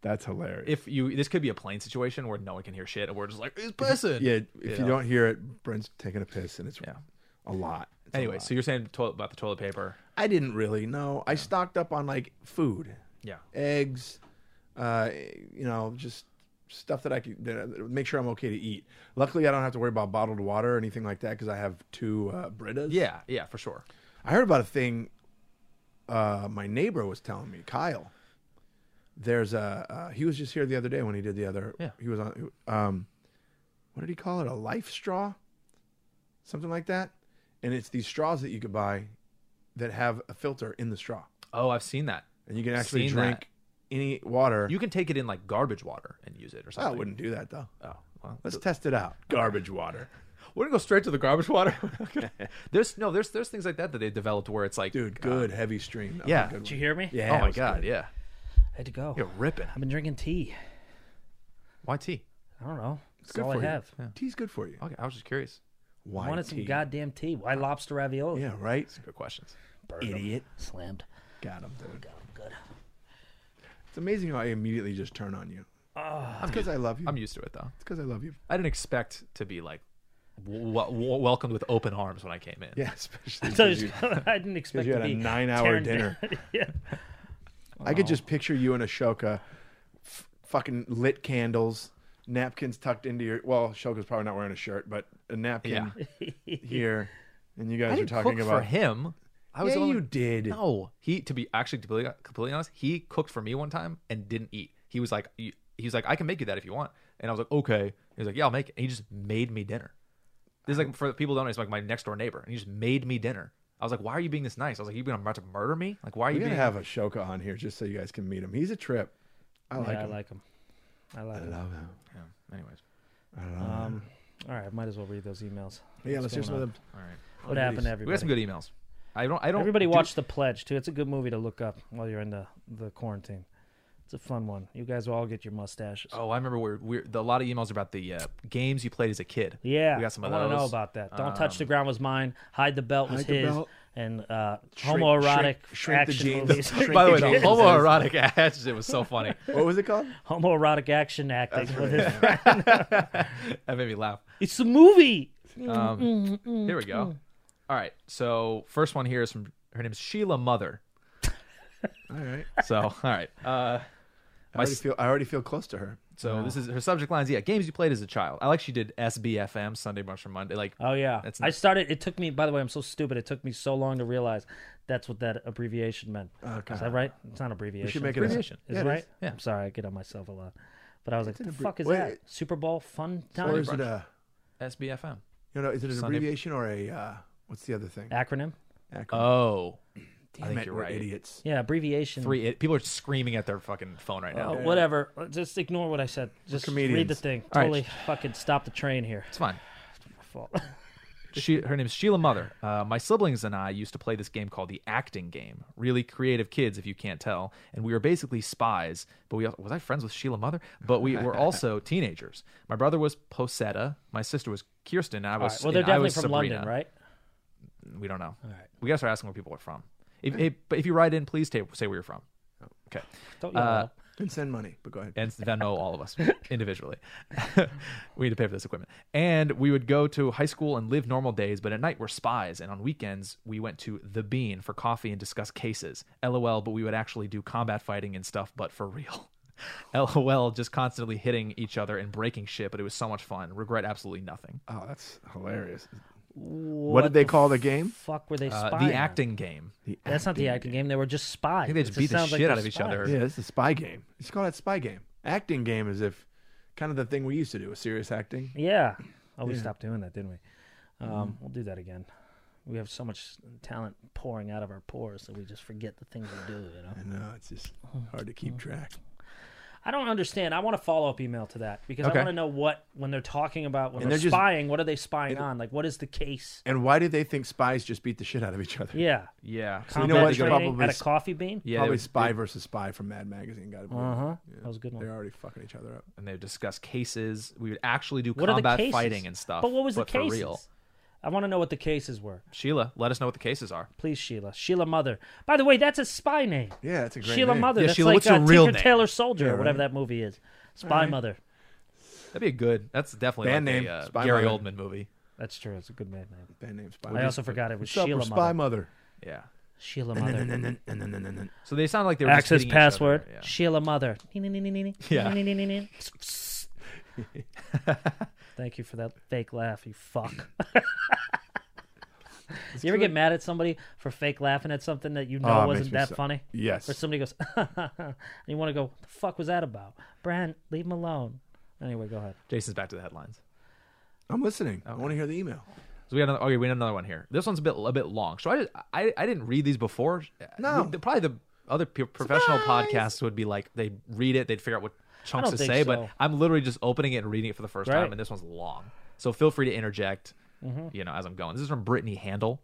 Speaker 2: That's hilarious.
Speaker 4: If you, this could be a plane situation where no one can hear shit, and we're just like, it's pissing.
Speaker 2: yeah, if
Speaker 4: Yeah.
Speaker 2: you don't hear it, Brent's taking a piss, and it's
Speaker 4: Yeah.
Speaker 2: a lot. It's a
Speaker 4: Anyway,
Speaker 2: lot.
Speaker 4: so you're saying toilet, about the toilet paper?
Speaker 2: I didn't really know. I stocked up on like food.
Speaker 4: Yeah.
Speaker 2: eggs, uh, you know, just stuff that I can that that would make sure I'm okay to eat. Luckily, I don't have to worry about bottled water or anything like that because I have two uh, Britas.
Speaker 4: Yeah. Yeah. For sure.
Speaker 2: I heard about a thing. Uh, my neighbor was telling me, Kyle. There's a uh, he was just here the other day when he did the other.
Speaker 4: Yeah.
Speaker 2: He was on. Um, what did he call it? A life straw, something like that. And it's these straws that you could buy that have a filter in the straw,
Speaker 4: Oh, I've seen that.
Speaker 2: and you can actually
Speaker 4: Seen that.
Speaker 2: drink any water.
Speaker 4: You can take it in like garbage water and use it or
Speaker 2: I
Speaker 4: something.
Speaker 2: wouldn't do that though.
Speaker 4: Oh, well,
Speaker 2: Let's test it out. Garbage water.
Speaker 4: we're gonna go straight to the garbage water. there's no, there's there's things like that that they developed where it's like,
Speaker 2: Dude, good heavy stream. That was
Speaker 4: Yeah.
Speaker 2: a good
Speaker 3: Did you
Speaker 2: one.
Speaker 3: hear me?
Speaker 2: Yeah.
Speaker 4: oh
Speaker 2: it
Speaker 4: my
Speaker 2: was
Speaker 4: god,
Speaker 2: good.
Speaker 4: yeah,
Speaker 3: I had to go.
Speaker 4: you're ripping.
Speaker 3: I've been drinking tea.
Speaker 4: Why tea?
Speaker 3: I don't know. That's
Speaker 2: good
Speaker 3: all
Speaker 2: for
Speaker 3: I
Speaker 2: you.
Speaker 3: have.
Speaker 2: Tea's good for you.
Speaker 4: Okay, I was just curious.
Speaker 2: Why
Speaker 3: I wanted
Speaker 2: tea?
Speaker 3: some goddamn tea. Why lobster ravioli?
Speaker 2: Yeah, right.
Speaker 4: Good questions.
Speaker 3: Burned 'em.
Speaker 2: Idiot.
Speaker 3: Slammed.
Speaker 2: Got him, dude.
Speaker 3: Oh, good.
Speaker 2: It's amazing how I immediately just turn on you. it's because I love you.
Speaker 4: I'm used to it though.
Speaker 2: it's because I love you.
Speaker 4: I didn't expect to be like w- w- welcomed with open arms when I came in.
Speaker 2: Yeah, especially
Speaker 3: So I,
Speaker 2: because you,
Speaker 3: just, I didn't
Speaker 2: 'cause
Speaker 3: expect
Speaker 2: you
Speaker 3: to
Speaker 2: had
Speaker 3: be
Speaker 2: a nine-hour
Speaker 3: tearing
Speaker 2: dinner.
Speaker 3: down- yeah.
Speaker 2: I could just picture you and Ashoka, f- fucking lit candles, napkins tucked into your. Well, Ashoka's probably not wearing a shirt, but a napkin here, and you guys
Speaker 4: I
Speaker 2: are
Speaker 4: didn't
Speaker 2: talking
Speaker 4: cook
Speaker 2: about.
Speaker 4: for him. I was
Speaker 2: yeah,
Speaker 4: the only-
Speaker 2: you did.
Speaker 4: No, he to be actually to be completely honest, he cooked for me one time and didn't eat. He was like, he he was like, I can make you that if you want, and I was like, okay. He was like, yeah, I'll make it. And he just made me dinner. This is like for the people who don't know, it's like my next door neighbor, and he just made me dinner. I was like, why are you being this nice? I was like, you been about to murder me? Like, why are you
Speaker 2: We gotta
Speaker 4: being?
Speaker 2: have Ashoka on here just so you guys can meet him. He's a trip. I like
Speaker 3: Yeah, I
Speaker 2: him.
Speaker 3: like him. I like
Speaker 2: I
Speaker 3: him.
Speaker 2: love him.
Speaker 4: Yeah. Anyways,
Speaker 3: Um, all right, might as well read those emails.
Speaker 2: uh, Yeah,
Speaker 3: What's
Speaker 2: let's hear
Speaker 3: going
Speaker 2: some of
Speaker 3: on?
Speaker 2: them.
Speaker 4: all right.
Speaker 3: What happened to
Speaker 4: We got
Speaker 3: everybody?
Speaker 4: some good emails. I don't. I don't.
Speaker 3: Everybody
Speaker 4: do-
Speaker 3: watch The Pledge too. It's a good movie to look up while you're in the, the quarantine. It's a fun one. You guys will all get your mustaches.
Speaker 4: Oh, I remember we were, we were, the, a lot of emails about the uh, games you played as a kid.
Speaker 3: yeah,
Speaker 4: we got some of
Speaker 3: I
Speaker 4: those.
Speaker 3: wanna know about that. Don't touch the ground was mine. Hide the belt was
Speaker 2: Um, Hide the
Speaker 3: his.
Speaker 2: Belt.
Speaker 3: And uh,
Speaker 2: Shrink-
Speaker 3: homoerotic
Speaker 2: shrink- shrink the
Speaker 3: action
Speaker 2: jeans.
Speaker 3: movies.
Speaker 2: Shrink
Speaker 4: By the way, the
Speaker 2: Jesus.
Speaker 4: homoerotic ads. It was so funny.
Speaker 2: What was it called?
Speaker 3: homoerotic action acting. with his-
Speaker 4: that made me laugh.
Speaker 3: It's a movie.
Speaker 4: Here we go. All right. So first one here is from her name's Sheila Mother.
Speaker 2: All right.
Speaker 4: So all right. Uh,
Speaker 2: I already feel I already feel close to her.
Speaker 4: so this is her subject lines. Yeah, games you played as a child. I like she did SBFM Sunday Brunch for Monday. Like
Speaker 3: Oh yeah,
Speaker 4: That's
Speaker 3: I
Speaker 4: nice.
Speaker 3: started. It took me. By the way, I'm so stupid. It took me so long to realize that's what that abbreviation meant.
Speaker 2: Okay.
Speaker 3: Is that right? It's not abbreviation.
Speaker 2: make it
Speaker 3: It's
Speaker 2: a-
Speaker 3: abbreviation. Is
Speaker 2: yeah,
Speaker 3: it
Speaker 2: it
Speaker 3: right?
Speaker 2: is.
Speaker 4: Yeah.
Speaker 3: I'm sorry, I get on myself a lot. But I was like, "The
Speaker 2: an
Speaker 3: fuck is
Speaker 2: abbre-
Speaker 3: that?
Speaker 2: wait.
Speaker 3: Super Bowl fun
Speaker 2: Or
Speaker 3: time
Speaker 2: is it a
Speaker 4: SBFM.
Speaker 2: you know is it an
Speaker 4: Sunday-
Speaker 2: abbreviation or a uh, what's the other thing?
Speaker 3: acronym."
Speaker 2: Acronym.
Speaker 4: Oh,
Speaker 2: Damn
Speaker 4: I think
Speaker 2: it,
Speaker 4: you're
Speaker 2: we're
Speaker 4: right.
Speaker 2: idiots.
Speaker 3: Yeah, abbreviation.
Speaker 4: Three. It, people are screaming at their fucking phone right now.
Speaker 3: Oh, Whatever. Just ignore what I said. Just read the
Speaker 2: comedians.
Speaker 3: thing.
Speaker 4: All right.
Speaker 3: Totally fucking stop the train here.
Speaker 4: It's fine.
Speaker 3: It's my fault.
Speaker 4: she, her name's Sheila Mother. Uh, my siblings and I used to play this game called the acting game. Really creative kids, if you can't tell. And we were basically spies. But we was I friends with Sheila Mother? But we were also teenagers. My brother was Posetta. My sister was Kirsten. And I
Speaker 3: All
Speaker 4: was
Speaker 3: right. Well, they're
Speaker 4: and I
Speaker 3: definitely
Speaker 4: was
Speaker 3: from
Speaker 4: Sabrina.
Speaker 3: London, right?
Speaker 4: We don't know.
Speaker 3: right.
Speaker 4: We gotta start asking where people are from. If, if, but if you write in, please ta- say where you're from.
Speaker 3: Oh.
Speaker 4: Okay.
Speaker 3: Don't yell.
Speaker 4: Uh,
Speaker 3: at 'em.
Speaker 2: And send money, but go ahead.
Speaker 4: and Venmo all of us individually. we need to pay for this equipment. And we would go to high school and live normal days, but at night we're spies. And on weekends, we went to The Bean for coffee and discuss cases. LOL, but we would actually do combat fighting and stuff, but for real. LOL, just constantly hitting each other and breaking shit, but it was so much fun. Regret absolutely nothing.
Speaker 2: Oh, that's hilarious.
Speaker 3: What,
Speaker 2: did they
Speaker 3: the
Speaker 2: call the game?
Speaker 3: Fuck, were they
Speaker 4: Uh,
Speaker 3: spying?
Speaker 4: the
Speaker 3: on?
Speaker 4: acting game.
Speaker 3: That's not the acting game. They were just spies.
Speaker 4: think they
Speaker 3: It
Speaker 4: just beat the
Speaker 3: sounds
Speaker 4: shit
Speaker 3: they're
Speaker 4: out of each
Speaker 3: spies.
Speaker 4: other.
Speaker 2: Yeah, it's a spy game. It's called that spy game. Acting game is if kind of the thing we used to do with serious acting.
Speaker 3: Yeah. Oh, we stopped doing that, didn't we? Um,
Speaker 4: Mm-hmm.
Speaker 3: We'll do that again. We have so much talent pouring out of our pores that we just forget the things we do. You know.
Speaker 2: No, uh, it's just
Speaker 3: Oh,
Speaker 2: hard to keep track.
Speaker 3: I don't understand. I want a follow up email to that because
Speaker 4: Okay.
Speaker 3: I want to know what when they're talking about when
Speaker 2: And
Speaker 3: they're,
Speaker 2: they're just-
Speaker 3: spying. What are they spying on? Like, what is the case?
Speaker 2: And why do they think spies just beat the shit out of each other?
Speaker 3: Yeah.
Speaker 4: Yeah.
Speaker 2: you
Speaker 3: Combat
Speaker 2: know what?
Speaker 3: training
Speaker 2: Probably
Speaker 3: at
Speaker 2: s-
Speaker 3: a coffee bean.
Speaker 4: yeah, they
Speaker 2: Probably
Speaker 4: would-
Speaker 2: spy versus spy from Mad Magazine. Got to be.
Speaker 3: Uh huh.
Speaker 2: Yeah.
Speaker 3: That was a good one.
Speaker 2: They're already fucking each other up.
Speaker 4: and they would discuss cases. We would actually do
Speaker 3: What are the
Speaker 4: combat
Speaker 3: cases?
Speaker 4: fighting and stuff.
Speaker 3: But what was the
Speaker 4: for
Speaker 3: cases?
Speaker 4: real.
Speaker 3: I want to know what the cases were.
Speaker 4: Sheila, let us know what the cases are.
Speaker 3: Please, Sheila. Sheila Mother. By the way, that's a spy name.
Speaker 2: Yeah, that's a great
Speaker 3: Sheila
Speaker 2: name.
Speaker 3: Mother.
Speaker 4: Yeah,
Speaker 3: that's
Speaker 4: Sheila,
Speaker 3: like
Speaker 4: what's your
Speaker 3: uh,
Speaker 4: real
Speaker 3: Tinker
Speaker 4: name?
Speaker 3: Tailor Soldier or whatever
Speaker 2: right.
Speaker 3: that movie is. Spy Mother.
Speaker 4: That'd be a good. That's definitely
Speaker 2: Band
Speaker 4: like
Speaker 2: name,
Speaker 4: a uh,
Speaker 2: Spy
Speaker 4: Gary
Speaker 2: Mother.
Speaker 4: Oldman movie.
Speaker 3: That's true. It's a good man name.
Speaker 2: Band name spy.
Speaker 3: I also forgot it was
Speaker 2: What's up,
Speaker 3: Sheila
Speaker 2: we're
Speaker 3: Mother.
Speaker 2: spy mother.
Speaker 4: Yeah.
Speaker 3: Sheila Mother.
Speaker 4: So they sound like they were just
Speaker 3: Access
Speaker 4: hitting each other,
Speaker 3: password.
Speaker 4: yeah.
Speaker 3: Sheila Mother.
Speaker 4: Yeah.
Speaker 3: Thank you for that fake laugh, you fuck. you ever get mad at somebody for fake laughing at something that you know
Speaker 2: Oh, it makes
Speaker 3: wasn't
Speaker 2: me
Speaker 3: that
Speaker 2: so-
Speaker 3: funny? Or
Speaker 2: Yes.
Speaker 3: somebody goes, and you want to go, what the fuck was that about? Brent, leave him alone. Anyway, go ahead.
Speaker 4: Jason's back to the headlines.
Speaker 2: I'm listening. I want to hear the email.
Speaker 4: So we had another, okay, we had another one here. This one's a bit a bit long. So I I, I didn't read these before.
Speaker 2: No.
Speaker 4: We- the- probably the other p- professional podcasts would be like they read it, they'd figure out what chunks
Speaker 3: don't
Speaker 4: to
Speaker 3: think
Speaker 4: say,
Speaker 3: so.
Speaker 4: but I'm literally just opening it and reading it for the first
Speaker 3: Right. Mm-hmm.
Speaker 4: time, and this one's long. So feel free to interject, you know, as I'm going. This is from Brittany Handel.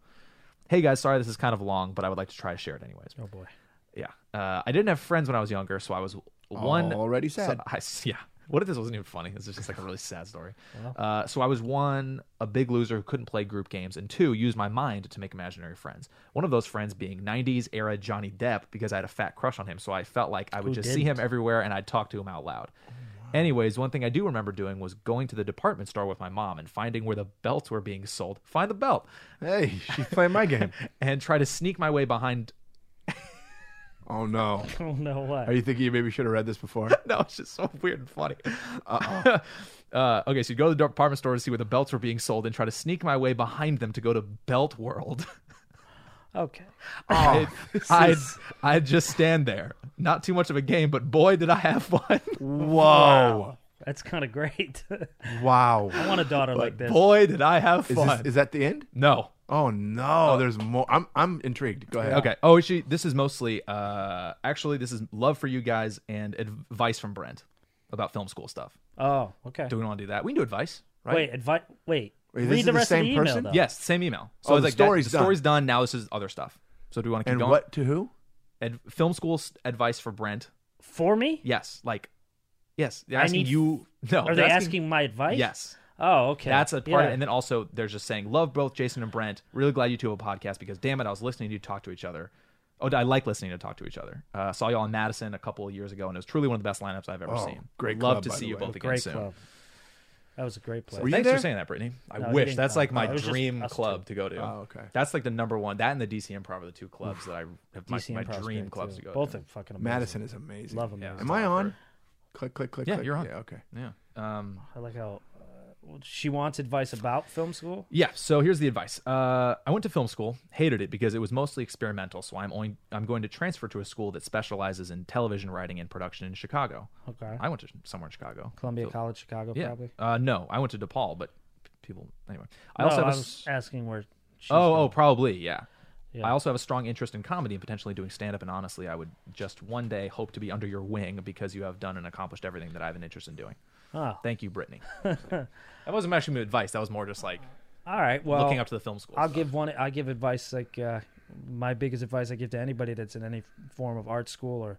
Speaker 4: Hey guys, sorry this is kind of long, but I would like to try to share it anyways.
Speaker 3: Oh, boy.
Speaker 4: Yeah. Uh, I didn't have friends when I was younger, so I was one
Speaker 2: Already sad.
Speaker 4: So I, yeah. What if this wasn't even funny? This is just like a really sad story. Uh, so I was one, a big loser who couldn't play group games, and two, use my mind to make imaginary friends. One of those friends being '90s era Johnny Depp because I had a fat crush on him, so I felt like I would just see him everywhere and I'd talk to him out loud.
Speaker 2: Oh,
Speaker 4: Anyways, one thing I do remember doing was going to the department store with my mom and finding where the belts were being sold. Find the belt
Speaker 2: Hey, she's playing my game.
Speaker 4: and try to sneak my way behind.
Speaker 2: Oh no.
Speaker 3: Oh, no, what?
Speaker 2: Are you thinking you maybe should have read this before?
Speaker 4: No, it's just so weird and funny. uh okay, so you go to the department store to see where the belts were being sold and try to sneak my way behind them to go to Belt World.
Speaker 3: Okay.
Speaker 4: I'd, Oh. I'd, I'd just stand there. Not too much of a game, but boy, did I have fun.
Speaker 2: Whoa.
Speaker 3: That's kind of great. I
Speaker 2: Wow.
Speaker 3: want a daughter like this.
Speaker 4: boy, did I have
Speaker 2: Is,
Speaker 4: fun.
Speaker 2: this, is that the end?
Speaker 4: no.
Speaker 2: Oh no, there's more. I'm I'm intrigued. Go ahead.
Speaker 4: Okay. Oh, she, this is mostly, uh, actually, this is love for you guys and advice from Brent about film school stuff.
Speaker 3: Oh, okay.
Speaker 4: Do we want to do that? We can do advice, right?
Speaker 3: Wait, advi- wait.
Speaker 2: Wait, this
Speaker 3: Read
Speaker 2: is
Speaker 3: the
Speaker 2: the
Speaker 3: rest
Speaker 2: same
Speaker 3: of the email,
Speaker 2: person?
Speaker 3: though.
Speaker 4: Yes, same email. So
Speaker 2: Oh,
Speaker 4: it's
Speaker 2: the
Speaker 4: like that-
Speaker 2: story's
Speaker 4: Uh. the
Speaker 2: done.
Speaker 4: story's done. Now this is other stuff. So do we want to keep
Speaker 2: And
Speaker 4: going?
Speaker 2: what to who?
Speaker 4: Ad, film school s- advice for Brent?
Speaker 3: For me?
Speaker 4: Yes, like yes. They're asking
Speaker 3: need-
Speaker 4: you. No,
Speaker 3: Are they
Speaker 4: they're
Speaker 3: asking, my advice?
Speaker 4: Yes,
Speaker 3: Oh, okay.
Speaker 4: that's a part.
Speaker 3: Yeah.
Speaker 4: Of, and then also, they're just saying, "Love both Jason and Brent. Really glad you two have a podcast because damn it, I was listening to you talk to each other. Oh, I like listening to talk to each other. Uh, saw y'all in Madison a couple of years ago, and it was truly one of the best lineups I've ever
Speaker 2: Oh,
Speaker 4: seen.
Speaker 2: great
Speaker 4: Love
Speaker 2: club,
Speaker 4: to
Speaker 2: by
Speaker 4: see
Speaker 2: the
Speaker 4: you
Speaker 2: way.
Speaker 4: both again
Speaker 3: Oh, great
Speaker 4: soon.
Speaker 3: club. That was a great place.
Speaker 2: Were you
Speaker 4: Thanks
Speaker 2: there?
Speaker 4: for saying that, Brittany. I
Speaker 3: No, he
Speaker 4: wish
Speaker 3: didn't
Speaker 4: that's
Speaker 3: come.
Speaker 4: like my
Speaker 3: Oh, it was just
Speaker 4: dream
Speaker 3: us two.
Speaker 4: club to go to.
Speaker 2: Oh, okay.
Speaker 4: That's like the number one. That and the DC Improv are the two clubs that I have my,
Speaker 3: DC
Speaker 4: my
Speaker 3: Improv's
Speaker 4: dream
Speaker 3: great,
Speaker 4: clubs
Speaker 3: too.
Speaker 4: to go
Speaker 3: Both
Speaker 4: to.
Speaker 3: are fucking amazing.
Speaker 2: Madison is amazing.
Speaker 3: Love him. man.
Speaker 2: Am I on? Click click click.
Speaker 4: Yeah,
Speaker 2: click.
Speaker 4: you're on.
Speaker 2: Yeah, okay.
Speaker 4: Yeah. Um,
Speaker 3: I like how uh, well, she wants advice about film school.
Speaker 4: yeah. So here's the advice. Uh, I went to film school, hated it because it was mostly experimental. So I'm only I'm going to transfer to a school that specializes in television writing and production in Chicago.
Speaker 3: Okay.
Speaker 4: I went to somewhere in Chicago.
Speaker 3: Columbia
Speaker 4: So-
Speaker 3: College, Chicago,
Speaker 4: Yeah.
Speaker 3: probably.
Speaker 4: Uh, no, I went to DePaul, but p- people anyway. I
Speaker 3: No,
Speaker 4: also have
Speaker 3: I
Speaker 4: a
Speaker 3: was
Speaker 4: s-
Speaker 3: asking where. She's
Speaker 4: Oh,
Speaker 3: going.
Speaker 4: oh, probably, yeah.
Speaker 3: Yeah.
Speaker 4: I also have a strong interest in comedy and potentially doing stand up. And honestly, I would just one day hope to be under your wing because you have done and accomplished everything that I have an interest in doing.
Speaker 3: Ah.
Speaker 4: Thank you, Brittany. that wasn't actually advice. That was more just like
Speaker 3: All right. Well,
Speaker 4: looking up to the film school.
Speaker 3: I'll
Speaker 4: stuff.
Speaker 3: give one. I give advice like uh, my biggest advice I give to anybody that's in any form of art school or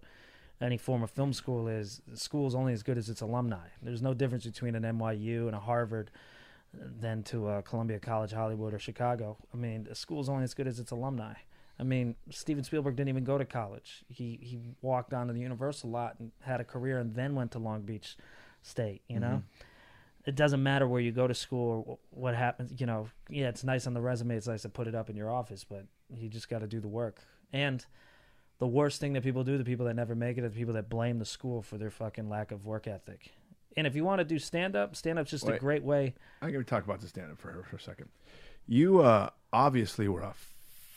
Speaker 3: any form of film school is school's only as good as its alumni. There's no difference between an NYU and a Harvard than to uh, Columbia College, Hollywood, or Chicago. I mean, a school's only as good as its alumni. I mean, Steven Spielberg didn't even go to college. He he walked onto the Universal lot and had a career, and then went to Long Beach State. You know it doesn't matter where you go to school or wh- what happens. You know, yeah, it's nice on the resume. It's nice to put it up in your office, but you just got to do the work. And the worst thing that people do, the people that never make it, are the people that blame the school for their fucking lack of work ethic. And if you want to do stand up, stand up's just a
Speaker 2: Wait.
Speaker 3: great way.
Speaker 2: I can talk about the stand up for her for a second. You uh, obviously were a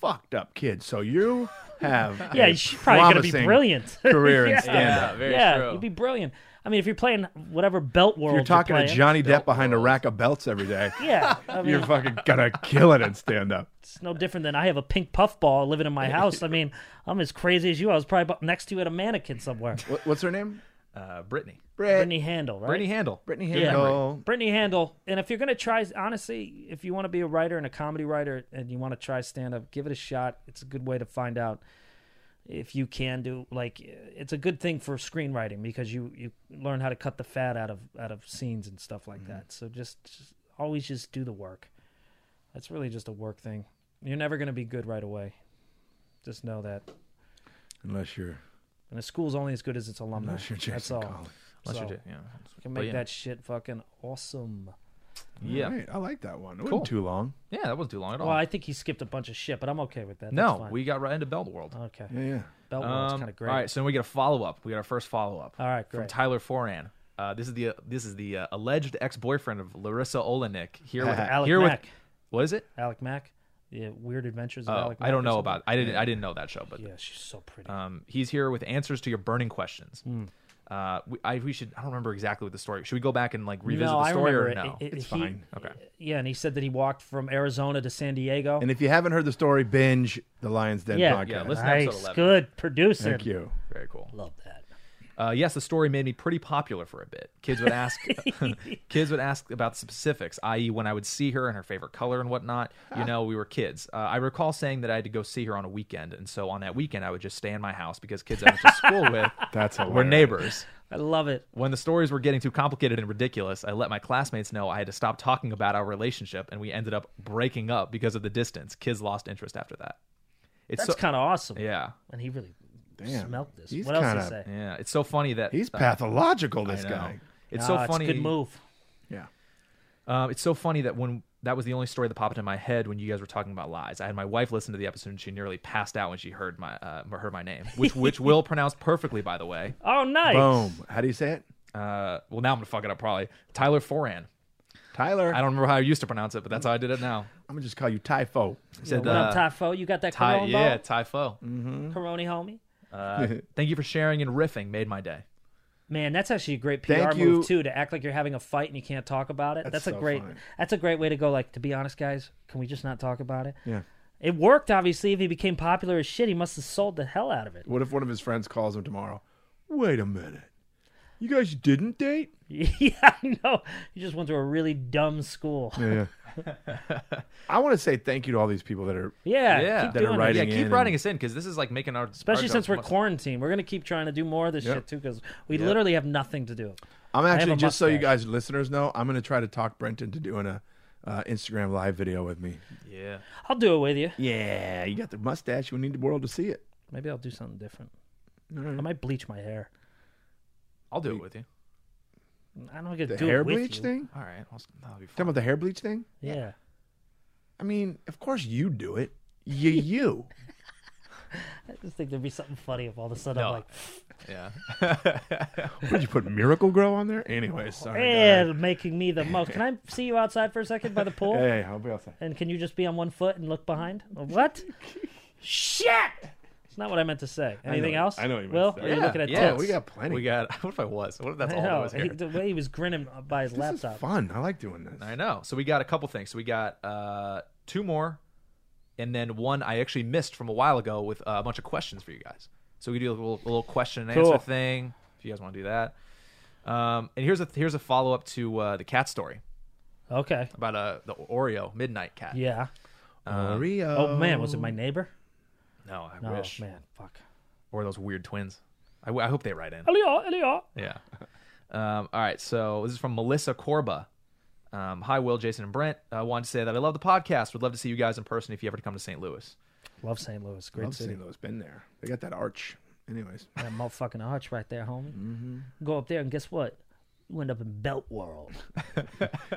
Speaker 2: fucked up kid, so you have
Speaker 3: Yeah,
Speaker 2: a
Speaker 3: you should probably gonna be
Speaker 2: promising
Speaker 3: brilliant.
Speaker 2: career
Speaker 3: Yeah.
Speaker 2: in stand up.
Speaker 4: Yeah, very
Speaker 3: yeah,
Speaker 4: true.
Speaker 3: you'd be brilliant. I mean, if you're playing whatever belt world,
Speaker 2: You're talking to
Speaker 3: playing-
Speaker 2: Johnny Depp behind a rack of belts every day.
Speaker 3: Yeah, I mean,
Speaker 2: You're fucking gonna kill it in stand up.
Speaker 3: it's no different than I have a pink puffball living in my house. I mean, I'm as crazy as you. I was probably bu- next to you at a mannequin somewhere.
Speaker 2: What, what's her name?
Speaker 4: uh, Brittany.
Speaker 2: Brittany.
Speaker 3: Brittany Handel, right?
Speaker 4: Brittany Handel.
Speaker 2: Brittany
Speaker 3: Yeah.
Speaker 2: Handel.
Speaker 3: Brittany Handel. And if you're going to try, honestly, if you want to be a writer and a comedy writer and you want to try stand up, give it a shot. It's a good way to find out if you can do like it's a good thing for screenwriting because you you learn how to cut the fat out of out of scenes and stuff like
Speaker 4: Mm-hmm.
Speaker 3: that. So just, just always just do the work. That's really just a work thing. You're never going to be good right away. Just know that.
Speaker 2: Unless you're
Speaker 3: And a school's only as good as its alumni.
Speaker 2: unless you're
Speaker 3: That's
Speaker 2: Jason
Speaker 3: all.
Speaker 2: Collins.
Speaker 4: Unless
Speaker 3: So,
Speaker 4: you're J- yeah.
Speaker 3: you can
Speaker 4: But
Speaker 3: make
Speaker 4: yeah.
Speaker 3: that shit fucking awesome.
Speaker 4: Yeah.
Speaker 2: All right, I like that one. It
Speaker 4: Cool.
Speaker 2: wasn't too long.
Speaker 4: Yeah, that wasn't too long at all.
Speaker 3: Well, I think he skipped a bunch of shit, but I'm okay with that. That's
Speaker 4: Oh. no,
Speaker 3: fine. Oh,
Speaker 4: we got right into Belt World. Um,
Speaker 3: okay.
Speaker 2: Yeah, yeah.
Speaker 3: Belt world's kind of great.
Speaker 4: All right, so then we get a follow up. We got our first follow up.
Speaker 3: All right,
Speaker 4: from
Speaker 3: great.
Speaker 4: Tyler Foran. Uh, this is the this is the uh, alleged ex boyfriend of Larissa Olenek. Here with
Speaker 3: Uh, Alec
Speaker 4: here
Speaker 3: Mack.
Speaker 4: with what is it?
Speaker 3: Alec Mack. Yeah, Weird Adventures of
Speaker 4: Oh,
Speaker 3: Alec. Mack
Speaker 4: I
Speaker 3: or
Speaker 4: don't know
Speaker 3: something.
Speaker 4: about. I didn't I didn't know that show, but
Speaker 3: Yeah, she's so pretty.
Speaker 4: um, he's here with answers to your burning questions.
Speaker 3: Hmm.
Speaker 4: Uh, we, I we should I don't remember exactly what the story. Should we go back and like revisit
Speaker 3: no,
Speaker 4: the story
Speaker 3: I
Speaker 4: or
Speaker 3: remember it.
Speaker 4: no?
Speaker 3: It- it-
Speaker 2: It's
Speaker 3: he-
Speaker 2: fine.
Speaker 4: Okay.
Speaker 3: Yeah, and he said that he walked from Arizona to San Diego.
Speaker 2: And if you haven't heard the story, binge the Lion's Den
Speaker 3: yeah,
Speaker 2: podcast.
Speaker 4: Yeah, listen- to episode
Speaker 3: nice,
Speaker 4: 11.
Speaker 3: good producing.
Speaker 2: Thank you.
Speaker 4: Very cool.
Speaker 3: Love that.
Speaker 4: Uh, yes, the story made me pretty popular for a bit. Kids would ask, kids would ask about specifics, i.e., when I would see her and her favorite color and whatnot. You know, we were kids. Uh, I recall saying that I had to go see her on a weekend, and so on that weekend, I would just stay in my house because kids I went to school with
Speaker 2: That's hilarious.
Speaker 4: were neighbors.
Speaker 3: I love it.
Speaker 4: When the stories were getting too complicated and ridiculous, I let my classmates know I had to stop talking about our relationship, and we ended up breaking up because of the distance. Kids lost interest after that. It's
Speaker 3: That's kind of awesome.
Speaker 4: yeah,
Speaker 3: And he really
Speaker 2: Damn.
Speaker 3: smelt this.
Speaker 2: He's
Speaker 3: what else did
Speaker 2: kinda-
Speaker 3: he say?
Speaker 4: yeah. It's so funny that
Speaker 2: He's
Speaker 4: uh,
Speaker 2: pathological,
Speaker 4: I
Speaker 2: this
Speaker 4: know.
Speaker 2: guy.
Speaker 4: It's
Speaker 3: Ah,
Speaker 4: so funny.
Speaker 3: It's a good move.
Speaker 2: Yeah.
Speaker 4: Um, it's so funny that when that was the only story that popped in my head when you guys were talking about lies. I had my wife listen to the episode and she nearly passed out when she heard my uh, heard my name, which which will pronounce perfectly by the way.
Speaker 3: Oh, nice.
Speaker 2: Boom. How do you say it?
Speaker 4: Uh, well, now I'm gonna fuck it up probably. Tyler Foran.
Speaker 2: Tyler.
Speaker 4: I don't remember how I used to pronounce it, but that's how I did it now.
Speaker 2: I'm gonna just call you Typho.
Speaker 4: He
Speaker 3: Yeah,
Speaker 4: said,
Speaker 3: what up,
Speaker 4: uh,
Speaker 3: Typho? You got that
Speaker 4: Ty-
Speaker 3: Corona?
Speaker 4: yeah, Ty Fo.
Speaker 3: Mm. Corona, homie. Uh,
Speaker 4: Thank you for sharing and riffing. Made my day.
Speaker 3: Man, that's actually a great PR
Speaker 2: Thank
Speaker 3: move
Speaker 2: you.
Speaker 3: too. To act like you're having a fight and you can't talk about it. That's,
Speaker 2: That's
Speaker 3: a
Speaker 2: so
Speaker 3: great.
Speaker 2: funny.
Speaker 3: That's a great way to go. Like, to be honest, guys, can we just not talk about it?
Speaker 2: Yeah.
Speaker 3: It worked, obviously. If he became popular as shit, he must have sold the hell out of it.
Speaker 2: What if one of his friends calls him tomorrow? Wait a minute. You guys didn't date?
Speaker 3: yeah, I know. He just went to a really dumb school. Yeah,
Speaker 2: Yeah. I want to say thank you to all these people that are.
Speaker 3: yeah.
Speaker 4: Yeah.
Speaker 3: keep
Speaker 4: That
Speaker 2: are
Speaker 3: doing
Speaker 2: writing
Speaker 4: yeah,
Speaker 3: it.
Speaker 2: in
Speaker 4: keep
Speaker 2: and-
Speaker 4: writing us in because this is like making our
Speaker 3: Especially
Speaker 4: our
Speaker 3: since
Speaker 4: jobs
Speaker 3: we're
Speaker 4: much-
Speaker 3: quarantined, we're gonna keep trying to do more of this
Speaker 2: Yeah.
Speaker 3: shit too because we literally have nothing to do.
Speaker 2: I'm
Speaker 3: have
Speaker 2: actually
Speaker 3: a
Speaker 2: just so you
Speaker 3: mustache.
Speaker 2: guys listeners know, I'm gonna try to talk Brent into doing a uh, Instagram live video with me.
Speaker 4: yeah.
Speaker 3: I'll do it with you.
Speaker 2: Yeah, you got the mustache. We need the world to see it.
Speaker 3: Maybe I'll do something different.
Speaker 2: All right.
Speaker 3: I might bleach my hair.
Speaker 4: I'll do it with you.
Speaker 3: I don't get to
Speaker 2: The
Speaker 3: do
Speaker 2: hair
Speaker 3: it with
Speaker 2: bleach
Speaker 3: you.
Speaker 2: thing?
Speaker 4: All right, I'll- that'll be fun.
Speaker 2: Talking about the hair bleach thing?
Speaker 3: Yeah.
Speaker 2: I mean, of course you do it. You, you.
Speaker 3: I just think there'd be something funny if all of a sudden I'm
Speaker 4: No.
Speaker 3: like,
Speaker 4: Yeah.
Speaker 2: What'd you put Miracle Grow on there? Anyway,
Speaker 3: Oh,
Speaker 2: sorry. guys.
Speaker 3: and making me the most. Can I see you outside for a second by the pool?
Speaker 2: Hey, I'll be outside.
Speaker 3: And can you just be on one foot and look behind? What? Shit! It's not what I meant to say. Anything
Speaker 2: know-
Speaker 3: else?
Speaker 2: I know what you meant
Speaker 3: Will,
Speaker 2: to say.
Speaker 3: are you
Speaker 4: Yeah,
Speaker 3: looking at
Speaker 4: yeah,
Speaker 3: tits?
Speaker 2: We got plenty.
Speaker 4: We got. What if I was? What if that's
Speaker 3: I
Speaker 4: all that
Speaker 3: know.
Speaker 4: was here?
Speaker 3: He- the way he was grinning by his
Speaker 2: this
Speaker 3: laptop.
Speaker 2: is fun. I like doing this.
Speaker 4: I know. So we got a couple things. So we got uh, two more, and then one I actually missed from a while ago with uh, a bunch of questions for you guys. So we do a little, a little question and
Speaker 3: Cool.
Speaker 4: answer thing if you guys want to do that. Um, and here's a here's a follow up to uh, the cat story.
Speaker 3: Okay.
Speaker 4: about uh, the Oreo Midnight Cat.
Speaker 3: Yeah.
Speaker 2: Oreo.
Speaker 3: Oh, man, was it my neighbor?
Speaker 4: No, I
Speaker 3: Oh
Speaker 4: wish.
Speaker 3: man, fuck.
Speaker 4: Or those weird twins. I, w- I hope they write in.
Speaker 3: Elio, Elio.
Speaker 4: Yeah. Um, all right. So this is from Melissa Corba. Um, Hi, Will, Jason, and Brent. I wanted to say that I love the podcast. Would love to see you guys in person if you ever come to St. Louis.
Speaker 3: Love St. Louis, great
Speaker 2: Love
Speaker 3: city.
Speaker 2: St. Louis. Been there. They got that arch. Anyways,
Speaker 3: That motherfucking arch right there, homie.
Speaker 2: Mm-hmm.
Speaker 3: Go up there and guess what? You end up in Belt World.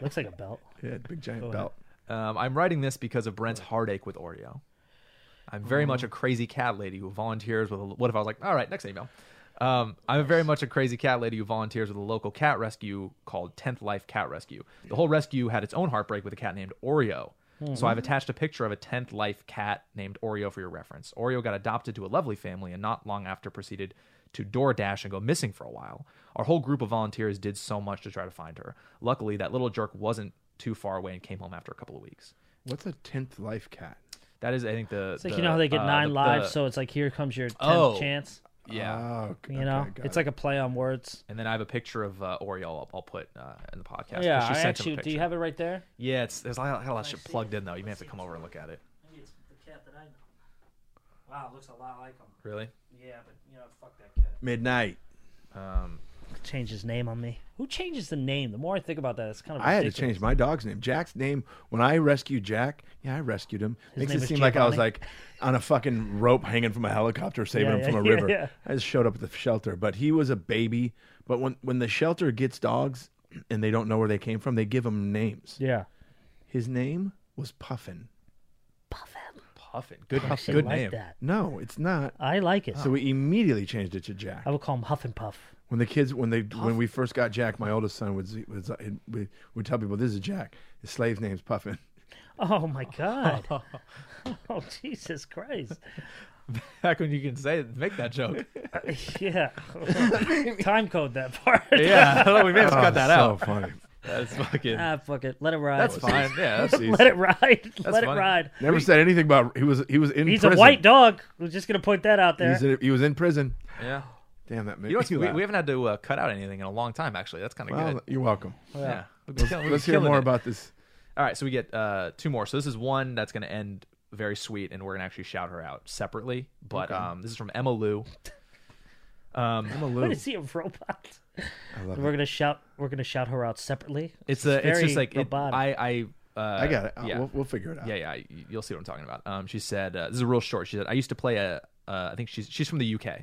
Speaker 3: Looks like a belt.
Speaker 2: yeah, big giant belt.
Speaker 4: Um, I'm writing this because of Brent's heartache with Oreo. I'm very much a crazy cat lady who volunteers with. A, what if I was like, all right, next email. Um, I'm very much a crazy cat lady who volunteers with a local cat rescue called 10th Life Cat Rescue. The whole rescue had its own heartbreak with a cat named Oreo. So I've attached a picture of a 10th Life cat named Oreo for your reference. Oreo got adopted to a lovely family and not long after proceeded to DoorDash and go missing for a while. Our whole group of volunteers did so much to try to find her. Luckily, that little jerk wasn't too far away and came home after a couple of weeks.
Speaker 2: What's a tenth life cat?
Speaker 4: That is, I think, the. uh,
Speaker 3: It's like you know how they get nine lives, so uh, it's like here comes your tenth
Speaker 4: Oh.
Speaker 3: chance.
Speaker 4: Yeah.
Speaker 2: Oh, okay,
Speaker 3: You know,
Speaker 2: got
Speaker 3: it's
Speaker 2: it.
Speaker 3: like a play on words.
Speaker 4: and then I have a picture of uh, Oreo I'll, I'll put uh, in the podcast. 'cause
Speaker 3: yeah,
Speaker 4: she
Speaker 3: I
Speaker 4: sent him
Speaker 3: actually.
Speaker 4: a
Speaker 3: Do you
Speaker 4: picture.
Speaker 3: have it right there?
Speaker 4: Yeah, it's, there's a lot, a lot of shit plugged in, though. You may have to come over and look at it.
Speaker 3: Maybe it's the cat that I know. Wow, looks a lot like him.
Speaker 4: Really?
Speaker 3: Yeah, but you know, fuck that cat.
Speaker 2: midnight.
Speaker 4: Um,
Speaker 3: Change his name on me. Who changes the name? The more I think about that, it's kind of.
Speaker 2: I had to
Speaker 3: ridiculous.
Speaker 2: change my dog's name. Jack's name when I rescued Jack. Yeah, I rescued him. Makes
Speaker 3: name
Speaker 2: it
Speaker 3: was
Speaker 2: seem like I was
Speaker 3: Giovanni?
Speaker 2: like on a fucking rope hanging from a helicopter, saving
Speaker 3: Yeah,
Speaker 2: him from a
Speaker 3: yeah,
Speaker 2: river.
Speaker 3: yeah.
Speaker 2: I just showed up at the shelter, but he was a baby. But when when the shelter gets dogs and they don't know where they came from, they give them names.
Speaker 3: Yeah.
Speaker 2: His name was Puffin.
Speaker 4: Puffin. Good,
Speaker 3: Actually
Speaker 4: good
Speaker 3: Oh, like
Speaker 4: name.
Speaker 3: That.
Speaker 2: No, it's not.
Speaker 3: I like it.
Speaker 4: Oh.
Speaker 2: So we immediately changed it to Jack.
Speaker 3: I would call him Huff and Puff.
Speaker 2: When the kids, when they, when we first got Jack, my oldest son would z- would, z- would, would tell people, "This is Jack. His slave's name's Puffin."
Speaker 3: Oh my God! oh Jesus Christ!
Speaker 4: Back when you can say make that joke.
Speaker 3: Yeah, time code that part.
Speaker 4: yeah, I don't know, we may have to cut that
Speaker 2: Oh, so
Speaker 4: out.
Speaker 2: funny.
Speaker 4: That's fucking.
Speaker 3: ah, fuck it. Let it ride.
Speaker 4: that's fine. Yeah, that's,
Speaker 3: Let it ride. Let it
Speaker 4: funny.
Speaker 3: ride.
Speaker 2: Never said anything about he was he was in.
Speaker 3: He's a
Speaker 2: prison.
Speaker 3: white dog. We're just gonna point that out there.
Speaker 2: He's in, he was in prison.
Speaker 4: yeah.
Speaker 2: Damn that man.
Speaker 4: You know, what's- we, we haven't had to uh, cut out anything in a long time. Actually, that's kind of
Speaker 2: well,
Speaker 4: good.
Speaker 2: You're welcome.
Speaker 4: Yeah. We've been killing- we've
Speaker 2: Let's
Speaker 4: been
Speaker 2: hear
Speaker 4: Oh, killing it.
Speaker 2: more about this.
Speaker 4: All right, so we get uh, two more. So this is one that's going to end very sweet, and we're going to actually shout her out separately. But um, this is from Emma Lou. Um,
Speaker 2: I'm a
Speaker 3: What
Speaker 2: little.
Speaker 3: is he a robot?
Speaker 2: I love
Speaker 3: We're
Speaker 2: it.
Speaker 3: gonna shout. We're gonna shout her out separately.
Speaker 4: it's
Speaker 3: This is
Speaker 4: a, it's
Speaker 3: very
Speaker 4: just like it-
Speaker 3: robotic.
Speaker 4: I I uh,
Speaker 2: I got it. Uh,
Speaker 4: Yeah,
Speaker 2: We'll, we'll figure it out.
Speaker 4: yeah, yeah. y- You'll see what I'm talking about. Um, she said uh, this is real short. She said I used to play a. Uh, I think she's she's from the UK.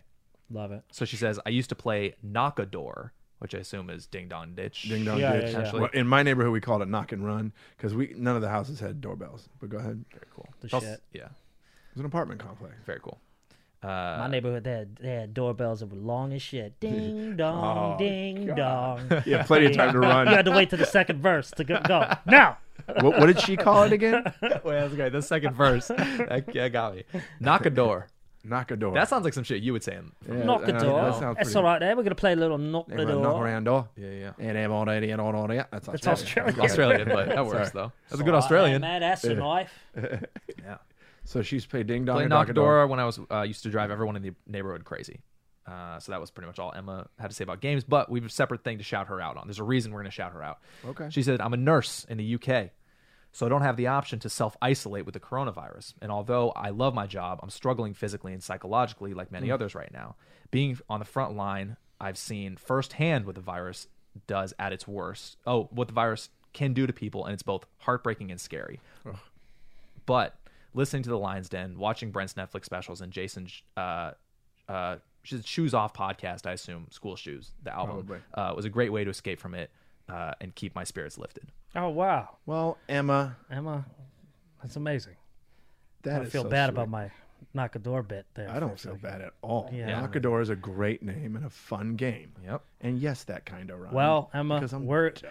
Speaker 3: love it.
Speaker 4: So she says I used to play knockador, which I assume is ding dong ditch.
Speaker 2: Ding dong
Speaker 3: Yeah,
Speaker 2: ditch.
Speaker 3: yeah, yeah.
Speaker 2: Well, In my neighborhood, we called it knock and run because we none of the houses had doorbells. But go ahead.
Speaker 4: Very cool.
Speaker 3: The
Speaker 4: Plus-
Speaker 3: shit.
Speaker 4: Yeah,
Speaker 2: It was an apartment complex.
Speaker 4: very cool.
Speaker 3: My
Speaker 4: Uh,
Speaker 3: neighborhood, they had, they had doorbells that were long as shit.
Speaker 4: Oh,
Speaker 3: Ding dong, ding dong.
Speaker 2: Yeah, plenty of time to run.
Speaker 3: You had to wait to the second verse to go. go. Now,
Speaker 2: what, what did she call it again?
Speaker 4: wait, that's okay. The second verse, that, that got me. Knockador.
Speaker 2: Knock a door.
Speaker 4: That sounds like some shit you would say. In,
Speaker 2: Yeah,
Speaker 3: knock the
Speaker 2: that-
Speaker 3: door.
Speaker 2: That sounds
Speaker 3: That's
Speaker 2: pretty.
Speaker 3: all right. There, we're gonna play a little knock the
Speaker 2: Everyone
Speaker 3: door.
Speaker 2: knock around door. Yeah.
Speaker 4: yeah.
Speaker 2: And I'm all ready and all all that. That's Australian.
Speaker 3: Australian.
Speaker 2: Got it.
Speaker 4: Australian, but that works
Speaker 2: Sorry.
Speaker 4: though. That's a good Australian.
Speaker 3: Man, that's a knife.
Speaker 4: Yeah.
Speaker 2: So she's played ding dong.
Speaker 4: Played
Speaker 2: and knock a door.
Speaker 4: Knockadora when I was uh, used to drive everyone in the neighborhood crazy. Uh, so that was pretty much all Emma had to say about games. But we have a separate thing to shout her out on. There's a reason we're going to shout her out.
Speaker 2: Okay.
Speaker 4: She said, "I'm a nurse in the UK, so I don't have the option to self isolate with the coronavirus. And although I love my job, I'm struggling physically and psychologically, like many others right now. Being on the front line, I've seen firsthand what the virus does at its worst. Oh, what the virus can do to people, and it's both heartbreaking and scary but listening to the Lions Den, watching Brent's Netflix specials, and Jason's uh, uh, sh- shoes off podcast, I assume school shoes, the album
Speaker 2: Probably.
Speaker 4: uh, was a great way to escape from it uh, and keep my spirits lifted.
Speaker 3: Oh wow,
Speaker 2: Well, Emma,
Speaker 3: Emma, that's amazing.
Speaker 2: that
Speaker 3: I
Speaker 2: is
Speaker 3: feel
Speaker 2: so
Speaker 3: bad
Speaker 2: sweet.
Speaker 3: about my knock a door bit there.
Speaker 2: I
Speaker 3: for
Speaker 2: don't
Speaker 3: a
Speaker 2: feel
Speaker 3: second.
Speaker 2: bad at all.
Speaker 3: Yeah.
Speaker 2: Knockador is a great name and a fun game.
Speaker 4: Yep.
Speaker 2: And yes, that kind of rhymes.
Speaker 3: Well, Emma,
Speaker 2: because I'm
Speaker 3: we're-
Speaker 2: dope.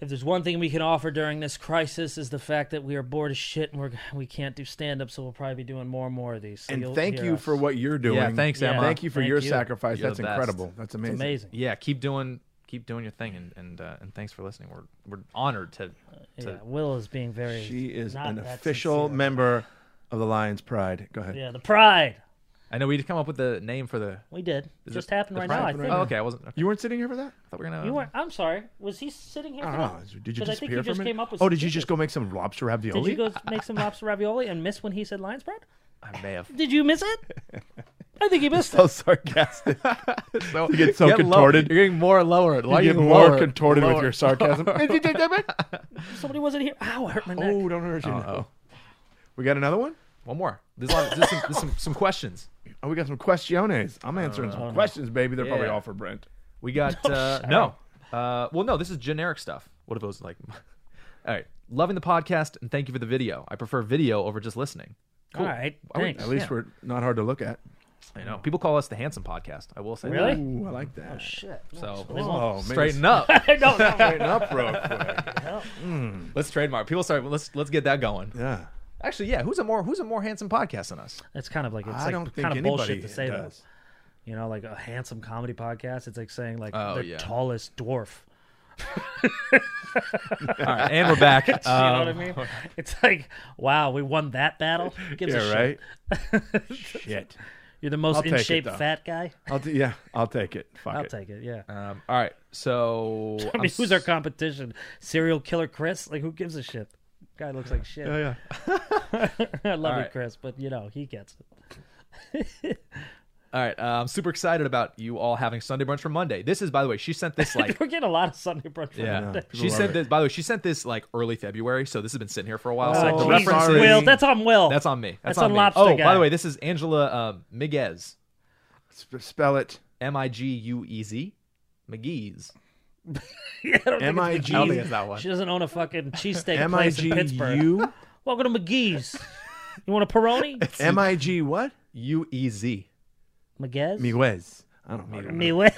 Speaker 3: If there's one thing we can offer during this crisis is the fact that we are bored as shit and we're we can't do stand up, so we'll probably be doing more and more of these. So
Speaker 2: And
Speaker 3: you'll
Speaker 2: thank
Speaker 3: hear
Speaker 2: you
Speaker 3: us.
Speaker 2: for what you're doing.
Speaker 4: thanks, Yeah. Emma.
Speaker 2: Thank you for
Speaker 3: Thank
Speaker 2: your
Speaker 3: you.
Speaker 2: sacrifice.
Speaker 4: You're
Speaker 2: That's
Speaker 4: the best.
Speaker 2: incredible. That's amazing.
Speaker 3: It's amazing.
Speaker 4: Yeah, keep doing keep doing your thing, and and uh, and thanks for listening. We're we're honored to. to
Speaker 3: Yeah, Will is being very.
Speaker 2: She is
Speaker 3: not
Speaker 2: an
Speaker 3: that
Speaker 2: official
Speaker 3: sincere.
Speaker 2: member of the Lions Pride. Go ahead.
Speaker 3: Yeah, the pride.
Speaker 4: I know we would come up with the name for the.
Speaker 3: We did.
Speaker 4: Is
Speaker 3: Just
Speaker 4: it-
Speaker 3: happened
Speaker 4: the
Speaker 3: right
Speaker 4: fry-
Speaker 3: now. I
Speaker 2: happened right
Speaker 3: think.
Speaker 4: Oh, okay. I wasn't. I
Speaker 2: You weren't sitting here for that?
Speaker 4: thought we were gonna.
Speaker 3: You were. I'm sorry. Was he sitting here?
Speaker 2: I
Speaker 3: for
Speaker 2: don't
Speaker 3: that?
Speaker 2: know. Did you
Speaker 3: Because I think
Speaker 2: disappear
Speaker 3: you
Speaker 2: for a
Speaker 3: just
Speaker 2: minute?
Speaker 3: came up with
Speaker 2: oh,
Speaker 3: some
Speaker 2: did you
Speaker 3: dishes.
Speaker 2: just go make some lobster ravioli?
Speaker 3: Did you go make some lobster ravioli and miss when he said lion's bread?
Speaker 4: I may have.
Speaker 3: Did you miss it? I think he missed
Speaker 2: so
Speaker 3: it.
Speaker 2: sarcastic.
Speaker 4: So,
Speaker 2: You get so
Speaker 4: low-
Speaker 2: contorted.
Speaker 4: You're getting more lower. Why
Speaker 2: you
Speaker 4: are
Speaker 2: get
Speaker 4: you
Speaker 2: more
Speaker 4: lower?
Speaker 2: contorted
Speaker 4: lower?
Speaker 2: with your sarcasm. oh,
Speaker 3: Somebody wasn't here. Ow, I hurt my neck.
Speaker 2: don't hurt you.
Speaker 4: Uh-oh.
Speaker 2: We got another one?
Speaker 4: One more. There's, a lot, there's, some, there's some, some questions.
Speaker 2: Oh, we got some questiones. I'm answering
Speaker 3: Uh,
Speaker 2: some questions, baby. They're probably
Speaker 4: Yeah.
Speaker 2: all for Brent.
Speaker 4: We got uh, no. Uh, well, no. This is generic stuff. What if it was like? All right. Loving the podcast and thank you for the video. I prefer video over just listening.
Speaker 2: Oh,
Speaker 3: All right.
Speaker 4: I would-
Speaker 3: Thanks.
Speaker 2: At least
Speaker 4: Yeah.
Speaker 2: we're not hard to look at.
Speaker 4: I know people call us the handsome podcast. I will say that.
Speaker 3: Really?
Speaker 2: Ooh, I like that.
Speaker 3: Shit.
Speaker 4: So
Speaker 2: Oh, man.
Speaker 4: straighten up.
Speaker 3: no, no.
Speaker 2: Straighten up real quick.
Speaker 4: let's trademark. People start. Let's let's get that going.
Speaker 2: Yeah.
Speaker 4: Actually, yeah. Who's a more who's a more handsome podcast than us?
Speaker 3: That's kind of like it's
Speaker 2: I
Speaker 3: like
Speaker 2: don't think
Speaker 3: kind of
Speaker 2: anybody
Speaker 3: bullshit to say
Speaker 2: does.
Speaker 3: though. You know, like a handsome comedy podcast. It's like saying like
Speaker 4: Oh,
Speaker 3: the
Speaker 4: yeah.
Speaker 3: tallest dwarf.
Speaker 4: All right, and we're back.
Speaker 3: You
Speaker 4: Um,
Speaker 3: know what I mean? It's like, wow, we won that battle. Who Gives a
Speaker 2: Yeah,
Speaker 3: shit.
Speaker 2: right? Shit.
Speaker 3: You're the
Speaker 2: I'll
Speaker 3: most
Speaker 2: take
Speaker 3: in
Speaker 2: it,
Speaker 3: shape
Speaker 2: though.
Speaker 3: fat guy.
Speaker 2: I'll t- yeah, I'll take it. Fuck
Speaker 3: I'll
Speaker 2: it.
Speaker 3: take it. Yeah.
Speaker 4: um, all right. So
Speaker 3: I mean, who's our competition? Serial killer Chris? Like, who gives a shit? Guy looks like shit.
Speaker 2: Yeah, yeah.
Speaker 3: I love you,
Speaker 4: Alright.
Speaker 3: Chris, but you know he gets it.
Speaker 4: All right. Uh, I'm super excited about you all having Sunday brunch for Monday. This is, by the way, she sent this like.
Speaker 3: We're getting a lot of Sunday brunch. From
Speaker 4: Yeah,
Speaker 3: Monday.
Speaker 2: people
Speaker 4: she
Speaker 2: love
Speaker 4: sent
Speaker 2: it.
Speaker 4: this. By the way, she sent this like early February, so this has been sitting here for a while. so,
Speaker 3: Oh,
Speaker 4: like, the
Speaker 3: Jesus,
Speaker 4: references-
Speaker 3: Will, that's on Will.
Speaker 4: that's on me. That's,
Speaker 3: That's on
Speaker 4: me.
Speaker 3: Lobster
Speaker 4: Oh,
Speaker 3: Guy.
Speaker 4: by the way, this is Angela um, Miguez,
Speaker 2: Sp- spell it.
Speaker 4: M I G U E Z, McGee's.
Speaker 3: Yeah, I don't think
Speaker 2: M I
Speaker 3: it's
Speaker 2: G
Speaker 4: I don't think it's that one.
Speaker 3: She doesn't own a fucking cheesesteak
Speaker 2: M I
Speaker 3: place
Speaker 2: G
Speaker 3: in Pittsburgh.
Speaker 2: U
Speaker 3: Welcome to McGee's. You want a Peroni?
Speaker 2: M I G what?
Speaker 4: U E Z.
Speaker 3: McGee's?
Speaker 2: Miguez. I don't fucking know.
Speaker 3: Miwe.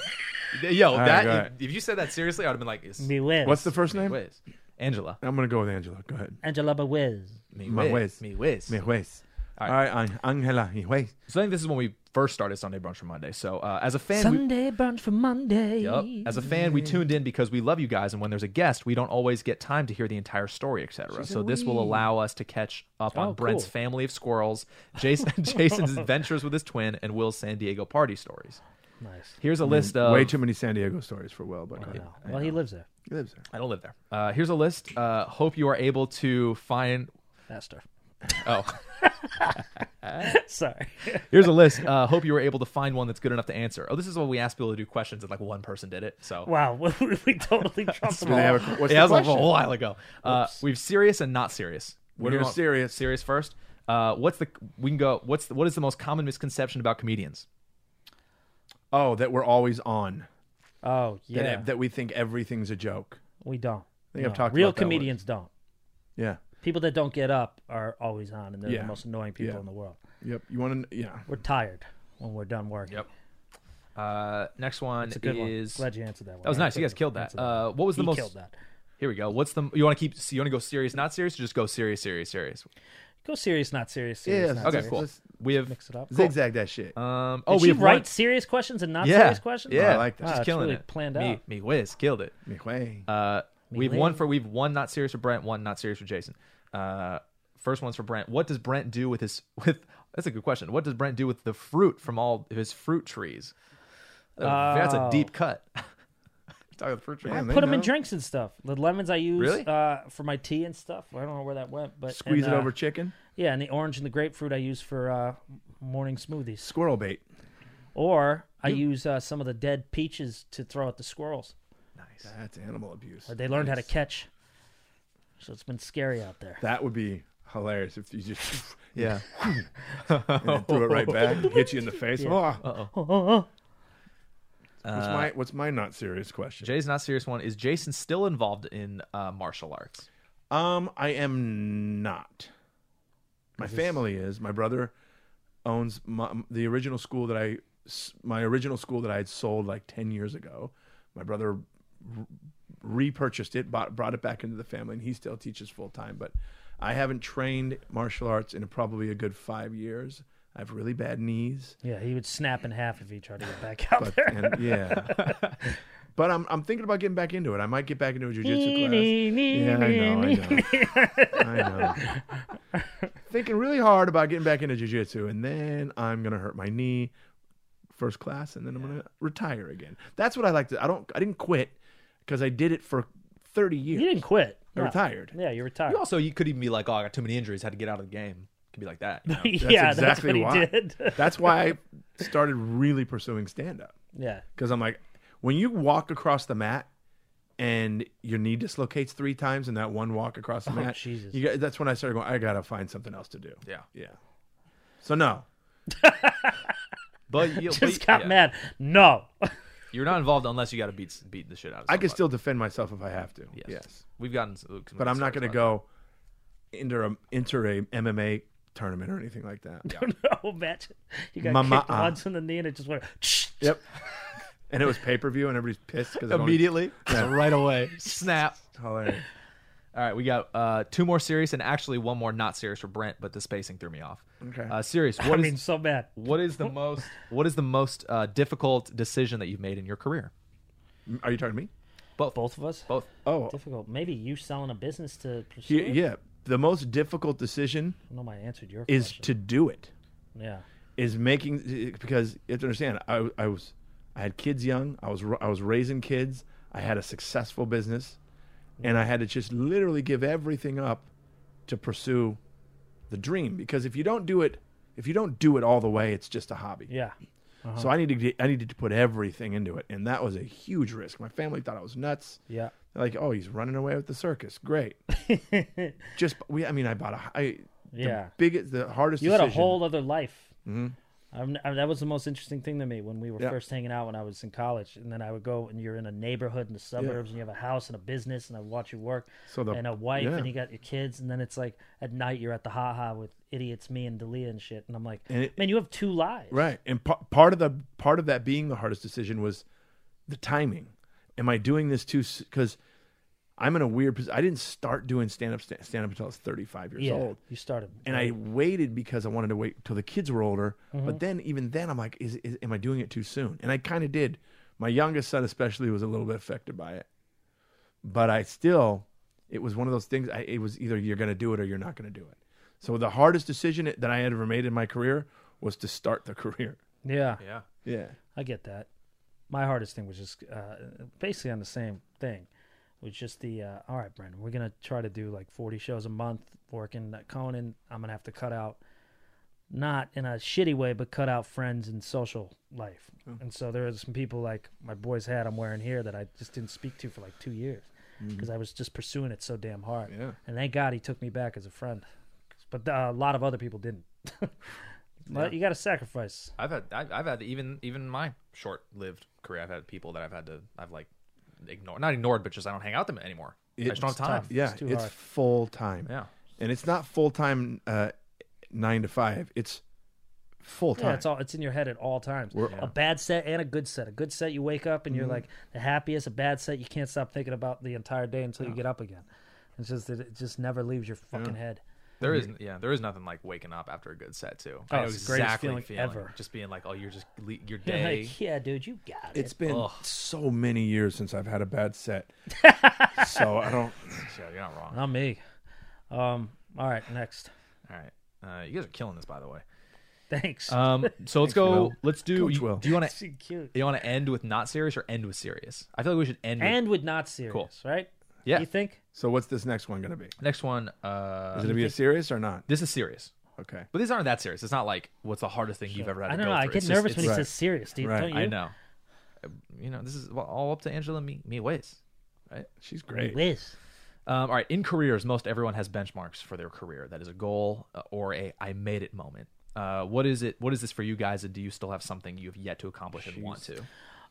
Speaker 4: Yo,
Speaker 2: right,
Speaker 4: that
Speaker 2: go ahead.
Speaker 4: if, if you said that seriously, I'd have been like, it's
Speaker 3: Miwe.
Speaker 2: What's the first name?
Speaker 4: Miwez. Angela.
Speaker 2: I'm gonna go with Angela. Go ahead.
Speaker 3: Angela Miwez.
Speaker 4: Miwez. Miwez.
Speaker 2: Miguez. All
Speaker 4: All
Speaker 2: right, An- Angela. Miguez.
Speaker 4: So I think this is when we first started Sunday Brunch for Monday. So uh, as a fan, we-
Speaker 3: Sunday brunch for Monday.
Speaker 4: Yup. As a fan, we tuned in because we love you guys, and when there's a guest, we don't always get time to hear the entire story, etc. So this will allow us to catch up
Speaker 3: Oh,
Speaker 4: on Brent's
Speaker 3: cool.
Speaker 4: family of squirrels, Jason, Jason's adventures with his twin, and Will's San Diego party stories.
Speaker 3: nice.
Speaker 4: Here's a list
Speaker 3: Oh.
Speaker 4: of
Speaker 2: Way too many San Diego stories for Will, but go ahead.
Speaker 3: Well, he lives there.
Speaker 2: he lives there.
Speaker 4: I don't live there. Uh, here's a list. Uh, hope you are able to find.
Speaker 3: Faster.
Speaker 4: Oh,
Speaker 3: Sorry.
Speaker 4: here's a list. Uh, hope you were able to find one that's good enough to answer. Oh, this is what we asked people to do questions, and like one person did it. So
Speaker 3: wow, we, we totally trumped him
Speaker 2: Do they
Speaker 3: all.
Speaker 2: have a- what's
Speaker 4: yeah,
Speaker 2: the
Speaker 4: that was a
Speaker 2: question?
Speaker 4: whole while ago. Uh, we've serious and not serious.
Speaker 2: What
Speaker 4: We're
Speaker 2: are
Speaker 4: doing
Speaker 2: serious?
Speaker 4: Serious first. Uh, what's the we can go? What's the, what is the most common misconception about comedians?
Speaker 2: Oh, that we're always on.
Speaker 3: Oh yeah,
Speaker 2: That, that we think everything's a joke.
Speaker 3: we don't.
Speaker 2: think I've talked
Speaker 3: Real
Speaker 2: about that one.
Speaker 3: comedians don't.
Speaker 2: Yeah.
Speaker 3: People that don't get up are always on, and they're
Speaker 2: Yeah.
Speaker 3: the most annoying people
Speaker 2: Yeah.
Speaker 3: in the world.
Speaker 2: Yep. You want to? Yeah.
Speaker 3: We're tired when we're done working.
Speaker 4: Yep. Uh, next one
Speaker 3: It's a good
Speaker 4: is
Speaker 3: one. Glad you answered that one.
Speaker 4: that was nice. You guys killed that. Uh, what was the
Speaker 3: he
Speaker 4: most?
Speaker 3: killed that.
Speaker 4: Here we go. What's the you want to keep? You want to go serious, not serious, or just go serious, serious, serious?
Speaker 3: Go serious, not serious. serious
Speaker 2: Yeah,
Speaker 3: not
Speaker 4: Okay,
Speaker 3: serious.
Speaker 4: cool.
Speaker 2: let's-
Speaker 4: We have
Speaker 3: Mix it up.
Speaker 2: Zigzag that shit.
Speaker 4: um.
Speaker 3: Did
Speaker 4: Oh, we
Speaker 3: she
Speaker 4: have
Speaker 3: write
Speaker 4: one-
Speaker 3: serious questions and not
Speaker 4: Yeah,
Speaker 3: serious questions?
Speaker 4: Yeah,
Speaker 2: I like that.
Speaker 4: She's
Speaker 3: Wow, it's
Speaker 4: killing
Speaker 3: really
Speaker 4: it.
Speaker 3: planned
Speaker 4: me,
Speaker 3: out.
Speaker 4: Me whiz killed it.
Speaker 2: Miguez.
Speaker 4: Uh, we've
Speaker 3: Lee.
Speaker 4: one for we've one not serious for Brent, one not serious for Jason. Uh, first one's for Brent. What does Brent do with his with? That's a good question. What does Brent do with the fruit from all of his fruit trees? That's a
Speaker 3: Oh.
Speaker 4: deep cut. Talking about fruit trees.
Speaker 2: Man, they
Speaker 3: Put them in
Speaker 2: know.
Speaker 3: drinks and stuff. The lemons I use
Speaker 4: Really?
Speaker 3: uh, for my tea and stuff. I don't know where that went, but
Speaker 2: Squeeze
Speaker 3: and,
Speaker 2: it
Speaker 3: uh,
Speaker 2: over chicken.
Speaker 3: Yeah, and the orange and the grapefruit I use for uh, morning smoothies,
Speaker 2: Squirrel bait.
Speaker 3: or I use uh, some of the dead peaches to throw at the squirrels.
Speaker 4: Nice.
Speaker 2: That's animal abuse.
Speaker 3: They learned how to catch, so it's been scary out there.
Speaker 2: That would be hilarious if you just
Speaker 4: Yeah.
Speaker 2: and threw it
Speaker 3: Oh.
Speaker 2: right back, and hit you in the face. Oh, what's
Speaker 4: Uh,
Speaker 2: my what's my not serious question?
Speaker 4: Jay's not serious one is Jason still involved in uh, martial arts?
Speaker 2: Um, I am not. My family is. My brother owns my, the original school that I s- my original school that I had sold like ten years ago. My brother r- repurchased it, bought, brought it back into the family, and he still teaches full time. But I haven't trained martial arts in probably a good five years. I have really bad knees.
Speaker 3: Yeah, he would snap in half if he tried to get back out
Speaker 2: but
Speaker 3: there.
Speaker 2: and, yeah. But I'm I'm thinking about getting back into it. I might get back into a jujitsu class.
Speaker 3: Nee, nee,
Speaker 2: Yeah, I know, I
Speaker 3: nee,
Speaker 2: know. I know. thinking really hard about getting back into jujitsu, and then I'm gonna hurt my knee, first class, and then I'm gonna retire again. That's what I like to. I don't. I didn't quit because I did it for 30 years.
Speaker 3: You didn't quit.
Speaker 2: I retired.
Speaker 3: Yeah, you retired.
Speaker 4: You also you could even be like, oh, I got too many injuries, had to get out of the game. Could be like that. you know?
Speaker 3: yeah, that's what he did.
Speaker 2: why. that's why I started really pursuing stand up
Speaker 3: yeah.
Speaker 2: because I'm like, when you walk across the mat and your knee dislocates three times in that one walk across the mat,
Speaker 3: Jesus.
Speaker 2: you got, that's when I started going. I gotta find something else to do.
Speaker 4: yeah,
Speaker 2: Yeah. So no,
Speaker 4: but you
Speaker 3: Just
Speaker 4: but-
Speaker 3: got
Speaker 4: yeah.
Speaker 3: mad. No.
Speaker 4: You're not involved unless you got to beat beat the shit out. of
Speaker 2: I can
Speaker 4: somebody.
Speaker 2: still defend myself if I have to. Yes.
Speaker 4: We've gotten,
Speaker 2: But I'm not going to go into a, into a MMA tournament or anything like that.
Speaker 3: no, imagine. Oh, You got
Speaker 2: Mama,
Speaker 3: kicked
Speaker 2: uh.
Speaker 3: once in the knee and it just went.
Speaker 2: Yep. And it was pay per view, and everybody's pissed because
Speaker 4: immediately, right away, snap.
Speaker 2: Hilarious.
Speaker 4: All right, we got uh, two more serious and actually one more not serious for Brent, but the spacing threw me off.
Speaker 2: Okay.
Speaker 4: uh, serious.
Speaker 3: I
Speaker 4: What is
Speaker 3: mean, so bad.
Speaker 4: what is the most what is the most uh, difficult decision that you've made in your career?
Speaker 2: Are you talking to me?
Speaker 3: Both of us.
Speaker 4: Both.
Speaker 2: Oh,
Speaker 3: Difficult. Maybe you selling a business to pursue.
Speaker 2: he-
Speaker 3: it?
Speaker 2: yeah. The most difficult decision
Speaker 3: I don't know. if I answered your
Speaker 2: is
Speaker 3: question.
Speaker 2: to do it.
Speaker 3: yeah.
Speaker 2: is making because you have to understand I, I was I had kids young I was I was raising kids I had a successful business and I had to just literally give everything up to pursue the dream because if you don't do it if you don't do it all the way it's just a hobby
Speaker 3: Yeah.
Speaker 2: so I needed to get, I needed to put everything into it and that was a huge risk my family thought I was nuts
Speaker 3: Yeah.
Speaker 2: They're like oh he's running away with the circus great just we I mean I bought a I
Speaker 3: Yeah.
Speaker 2: the biggest the hardest
Speaker 3: You had
Speaker 2: decision, Mm-hmm.
Speaker 3: a whole other life. I'm, I, that was the most interesting thing to me when we were
Speaker 2: Yeah.
Speaker 3: first hanging out when I was in college, and then I would go and you're in a neighborhood in the suburbs, and you have a house and a business, and I watch you work,
Speaker 2: So the-
Speaker 3: and a wife,
Speaker 2: yeah.
Speaker 3: and you got your kids, and then it's like at night you're at the haha with idiots, me and Dalia and shit, and I'm like,
Speaker 2: And it-
Speaker 3: man, you have two lives,
Speaker 2: Right. And p- part of the part of that being the hardest decision was the timing. Am I doing this too cuz I'm in a weird position. I didn't start doing stand up stand up until I was 35 years
Speaker 3: Yeah,
Speaker 2: old.
Speaker 3: you started,
Speaker 2: And I waited because I wanted to wait till the kids were older.
Speaker 3: Mm-hmm.
Speaker 2: But then even then I'm like is, is am I doing it too soon? And I kind of did. My youngest son especially was a little bit affected by it. But I still it was one of those things I, it was either you're going to do it or you're not going to do it. So the hardest decision that I had ever made in my career was to start the career.
Speaker 3: yeah,
Speaker 4: Yeah.
Speaker 2: Yeah.
Speaker 3: I get that. My hardest thing was just uh, basically on the same thing. Was just the uh, all right, Brendan. We're gonna try to do like forty shows a month, working at Conan. I'm gonna have to cut out, not in a shitty way, but cut out friends and social life. And so there was some people like my boy's hat I'm wearing here that I just didn't speak to for like two years because I was just pursuing it so damn hard.
Speaker 2: Yeah.
Speaker 3: And thank God he took me back as a friend, but uh, a lot of other people didn't. but you got to sacrifice.
Speaker 4: I've had I've, I've had even even my short lived career. I've had people that I've had to I've like ignored not ignored, but just I don't hang out with them anymore. I just don't have
Speaker 3: It's
Speaker 4: time.
Speaker 3: tough.
Speaker 2: Yeah,
Speaker 3: It's
Speaker 2: it's,
Speaker 3: too hard.
Speaker 2: full time.
Speaker 4: Yeah.
Speaker 2: and it's not full time uh, nine to five. It's full time.
Speaker 3: Yeah, it's all it's in your head at all times. A bad set and a good set. A good set, you wake up and
Speaker 4: Mm-hmm.
Speaker 3: you're like the happiest. A bad set, you can't stop thinking about the entire day until you get up again. It's just that it just never leaves your fucking head.
Speaker 4: There is yeah, there is nothing like waking up after a good set too.
Speaker 3: Oh, it's the greatest feeling ever.
Speaker 4: Just being like, oh, you're just le- your
Speaker 3: You're
Speaker 4: day.
Speaker 3: like, yeah, dude, you got it.
Speaker 2: it's been so many years since I've had a bad set, so I don't.
Speaker 4: yeah, you're not wrong.
Speaker 3: Not me. Um. All right, next.
Speaker 4: All right, uh, you guys are killing this, by the way.
Speaker 3: Thanks.
Speaker 4: Um, so let's go.
Speaker 2: Will.
Speaker 4: Let's do.
Speaker 2: Coach
Speaker 4: you-
Speaker 2: Will.
Speaker 4: Do you want to?
Speaker 3: She cute.
Speaker 4: You want to end with not serious or end with serious? I feel like we should end.
Speaker 3: And with not serious,
Speaker 4: Cool.
Speaker 3: right?
Speaker 4: Yeah.
Speaker 3: You think?
Speaker 2: So what's this next one going to be? Is
Speaker 4: with, next one. Uh,
Speaker 2: it going to be a serious or not?
Speaker 4: this is serious,
Speaker 2: Okay.
Speaker 4: but these aren't that serious. It's not like what's the hardest thing you've ever had.
Speaker 3: I
Speaker 4: to
Speaker 3: don't know.
Speaker 4: go
Speaker 3: I
Speaker 4: through.
Speaker 3: get
Speaker 4: It's just-
Speaker 3: nervous
Speaker 4: it's-
Speaker 3: when he
Speaker 2: right.
Speaker 3: says serious, Steve.
Speaker 2: Right.
Speaker 3: Don't you?
Speaker 4: I know. Uh, You know, this is all up to Angela Me Me Ways.
Speaker 2: She's great.
Speaker 3: Whiz.
Speaker 4: Um, all right, in careers, most everyone has benchmarks for their career. That is a goal uh, or a I made it moment. Uh, what is it? What is this for you guys? And do you still have something you have yet to accomplish and want to?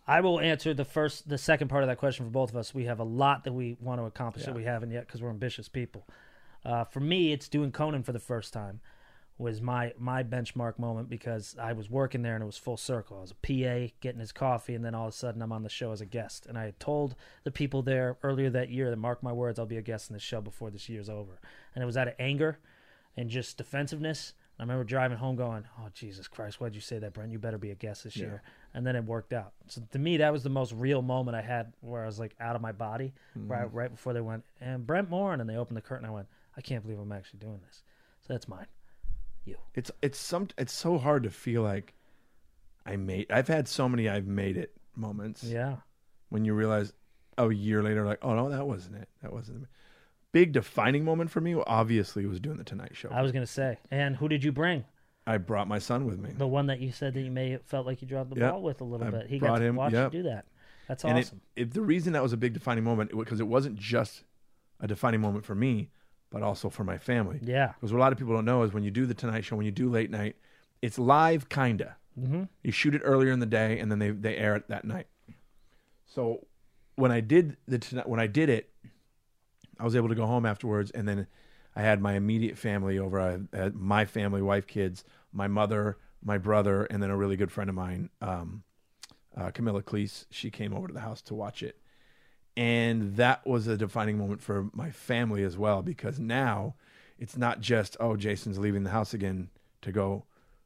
Speaker 3: I will answer the first, the second part of that question for both of us. We have a lot that we want to accomplish that we haven't yet because we're ambitious people. Uh, for me, it's doing Conan for the first time was my my benchmark moment because I was working there and it was full circle. I was a PA getting his coffee, and then all of a sudden I'm on the show as a guest. And I had told the people there earlier that year that mark my words, I'll be a guest in this show before this year's over. And it was out of anger and just defensiveness. I remember driving home going, "Oh Jesus Christ, why'd you say that, Brent? You better be a guest this year." And then it worked out. So to me, that was the most real moment I had where I was like out of my body,
Speaker 2: Mm-hmm.
Speaker 3: right right before they went and Brent Morin, and they opened the curtain. I went, "I can't believe I'm actually doing this." So that's mine. you.
Speaker 2: It's it's some it's so hard to feel like I made. I've had so many I've made it moments.
Speaker 3: Yeah.
Speaker 2: When you realize a year later, like, oh no, that wasn't it. That wasn't. The, big defining moment for me. Obviously, was doing the Tonight Show.
Speaker 3: I was gonna say. And who did you bring?
Speaker 2: I brought my son with me,
Speaker 3: The one that you said that you may have felt like you dropped the
Speaker 2: Yep.
Speaker 3: ball with a little
Speaker 2: I
Speaker 3: bit. He got
Speaker 2: brought
Speaker 3: to
Speaker 2: him-
Speaker 3: watch
Speaker 2: yep.
Speaker 3: you do that. That's
Speaker 2: and
Speaker 3: awesome.
Speaker 2: it, it, the reason that was a big defining moment because it wasn't just a defining moment for me, but also for my family.
Speaker 3: yeah.
Speaker 2: Because what a lot of people don't know is when you do the Tonight Show, when you do late night, it's live, kinda. Mm-hmm. You shoot it earlier in the day, and then they they air it that night. So when I did the Tonight- when I did it, I was able to go home afterwards, and then I had my immediate family over. I had my family, wife, kids, my mother, my brother, and then a really good friend of mine, um, uh, Camilla Cleese. She came over to the house to watch it, and that was a defining moment for my family as well because now it's not just oh Jason's leaving the house again to go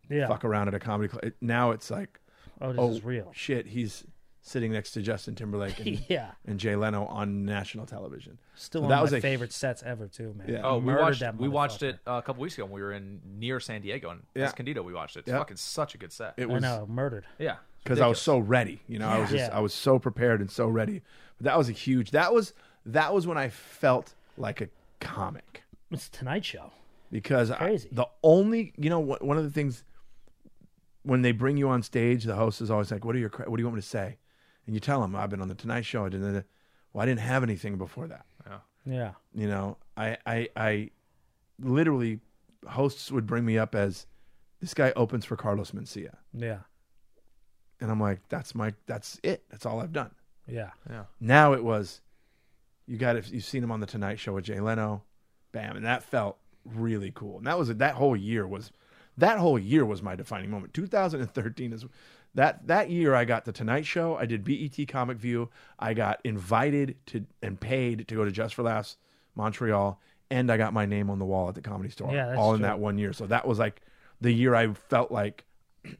Speaker 3: Yeah.
Speaker 2: fuck around at a comedy club. It- Now it's like
Speaker 3: Oh, this
Speaker 2: oh
Speaker 3: is real.
Speaker 2: shit, he's sitting next to Justin Timberlake and,
Speaker 3: Yeah.
Speaker 2: and Jay Leno on national television.
Speaker 3: Still
Speaker 2: So
Speaker 3: one
Speaker 2: that
Speaker 3: of
Speaker 2: was
Speaker 3: my
Speaker 2: a-
Speaker 3: favorite sets ever too, man.
Speaker 2: Yeah.
Speaker 4: Oh, we
Speaker 3: Murdered
Speaker 4: watched
Speaker 3: that
Speaker 4: we watched
Speaker 3: motherfucker.
Speaker 4: it uh, a couple weeks ago when we were in near San Diego and
Speaker 2: Yeah.
Speaker 4: Escondido. We watched it. It's
Speaker 2: Yeah.
Speaker 4: fucking such a good set.
Speaker 2: It
Speaker 3: I
Speaker 2: was
Speaker 3: know, murdered.
Speaker 4: yeah,
Speaker 2: because I was
Speaker 4: Ridiculous.
Speaker 2: so ready. You know, I was just
Speaker 3: Yeah.
Speaker 2: I was so prepared and so ready. But that was a huge. That was that was when I felt like a comic.
Speaker 3: It's Tonight Show.
Speaker 2: because I-
Speaker 3: Crazy.
Speaker 2: the only you know wh- one of the things when they bring you on stage, the host is always like, "What are your cra- What do you want me to say?" And you tell them, "I've been on the Tonight Show." I didn't. Well, I didn't have anything before that.
Speaker 3: Yeah.
Speaker 2: You know, I I I literally hosts would bring me up as this guy opens for Carlos Mencia,
Speaker 3: Yeah.
Speaker 2: and I'm like, "That's my that's it. That's all I've done."
Speaker 3: Yeah.
Speaker 2: Now it was, you got it. You've seen him on the Tonight Show with Jay Leno, bam, and that felt really cool. And that was that whole year was, that whole year was my defining moment. 2013 is that that year I got the Tonight Show. I did BET Comic View. I got invited to and paid to go to Just for Laughs Montreal, and I got my name on the wall at the Comedy Store.
Speaker 3: Yeah, that's
Speaker 2: all in
Speaker 3: true.
Speaker 2: that one year. So that was like the year I felt like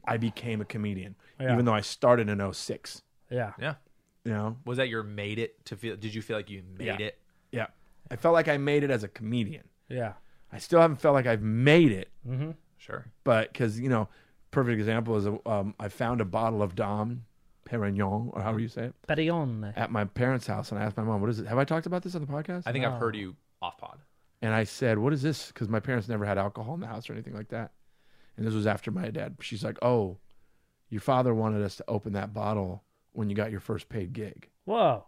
Speaker 2: I became a comedian,
Speaker 3: Yeah.
Speaker 2: even though I started in 06.
Speaker 3: Yeah.
Speaker 4: yeah.
Speaker 2: You know,
Speaker 4: Was that your made it to feel? Did you feel like you made
Speaker 2: Yeah.
Speaker 4: it?
Speaker 2: Yeah. I felt like I made it as a comedian.
Speaker 3: Yeah.
Speaker 2: I still haven't felt like I've made it,
Speaker 4: Sure.
Speaker 2: but because, you know, perfect example is um, I found a bottle of Dom Perignon, or however you say it,
Speaker 3: Perione.
Speaker 2: at my parents' house. And I asked my mom, what is it? Have I talked about this on the podcast?
Speaker 4: I think I've heard you off pod.
Speaker 2: and I said, what is this? Because my parents never had alcohol in the house or anything like that. And this was after my dad. She's like, oh, your father wanted us to open that bottle when you got your first paid gig.
Speaker 3: Whoa.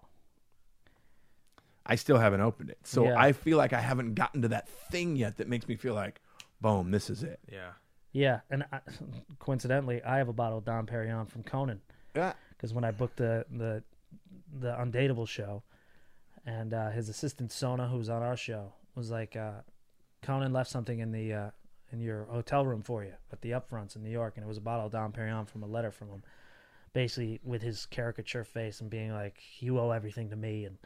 Speaker 2: I still haven't opened it. So
Speaker 3: Yeah.
Speaker 2: I feel like I haven't gotten to that thing yet that makes me feel like, boom, this is it.
Speaker 4: Yeah.
Speaker 3: Yeah. And I, coincidentally, I have a bottle of Dom Perignon from Conan.
Speaker 2: Yeah.
Speaker 3: because when I booked the the the Undateable show, and uh, his assistant Sona, who was on our show, was like, uh, "Conan left something in the uh, in your hotel room for you at the upfronts in New York, and it was a bottle of Dom Perignon from a letter from him, basically with his caricature face and being like, you owe everything to me and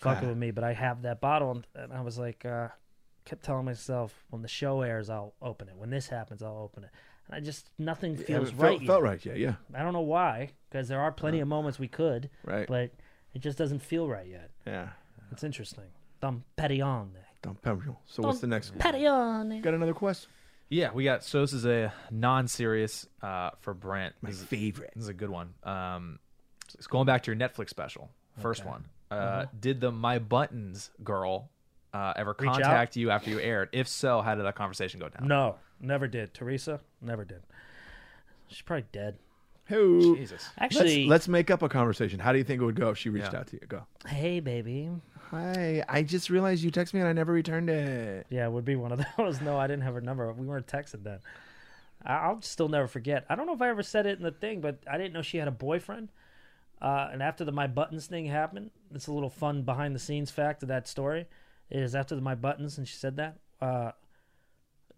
Speaker 3: fucking with me, but I have that bottle, and, and I was like." Uh, kept telling myself when the show airs i'll open it when this happens i'll open it and i just nothing feels
Speaker 2: it
Speaker 3: right
Speaker 2: Felt,
Speaker 3: yet.
Speaker 2: felt right. Yeah, yeah.
Speaker 3: I don't know why, because there are plenty of moments we could,
Speaker 2: Right.
Speaker 3: but it just doesn't feel right yet.
Speaker 2: Yeah.
Speaker 3: It's interesting. Dom Perignon.
Speaker 2: Dom Perignon. So what's the next one?
Speaker 3: Perignon.
Speaker 2: Got another quest?
Speaker 4: Yeah, we got so this is a non-serious uh, for Brent.
Speaker 2: My
Speaker 4: This is-
Speaker 2: favorite.
Speaker 4: This is a good one. Um, it's going back to your Netflix special, first one. Uh,
Speaker 3: Mm-hmm.
Speaker 4: Did the My Buttons girl uh, ever
Speaker 3: out?
Speaker 4: contact you after you aired? If so, how did that conversation go down?
Speaker 3: No, never did. Teresa, never did. She's probably dead.
Speaker 2: Who?
Speaker 4: Jesus.
Speaker 3: Actually,
Speaker 2: let's, let's make up a conversation. How do you think it would go if she reached
Speaker 4: Yeah.
Speaker 2: out to you? Go.
Speaker 3: hey, baby.
Speaker 2: Hi, I just realized you texted me and I never returned it.
Speaker 3: Yeah, it would be one of those. No, I didn't have her number. We weren't texting then. I- I'll still never forget. I don't know if I ever said it in the thing, but I didn't know she had a boyfriend. Uh, and after the My Buttons thing happened, it's a little fun behind the scenes fact of that story. Is after the My Buttons, and she said that uh,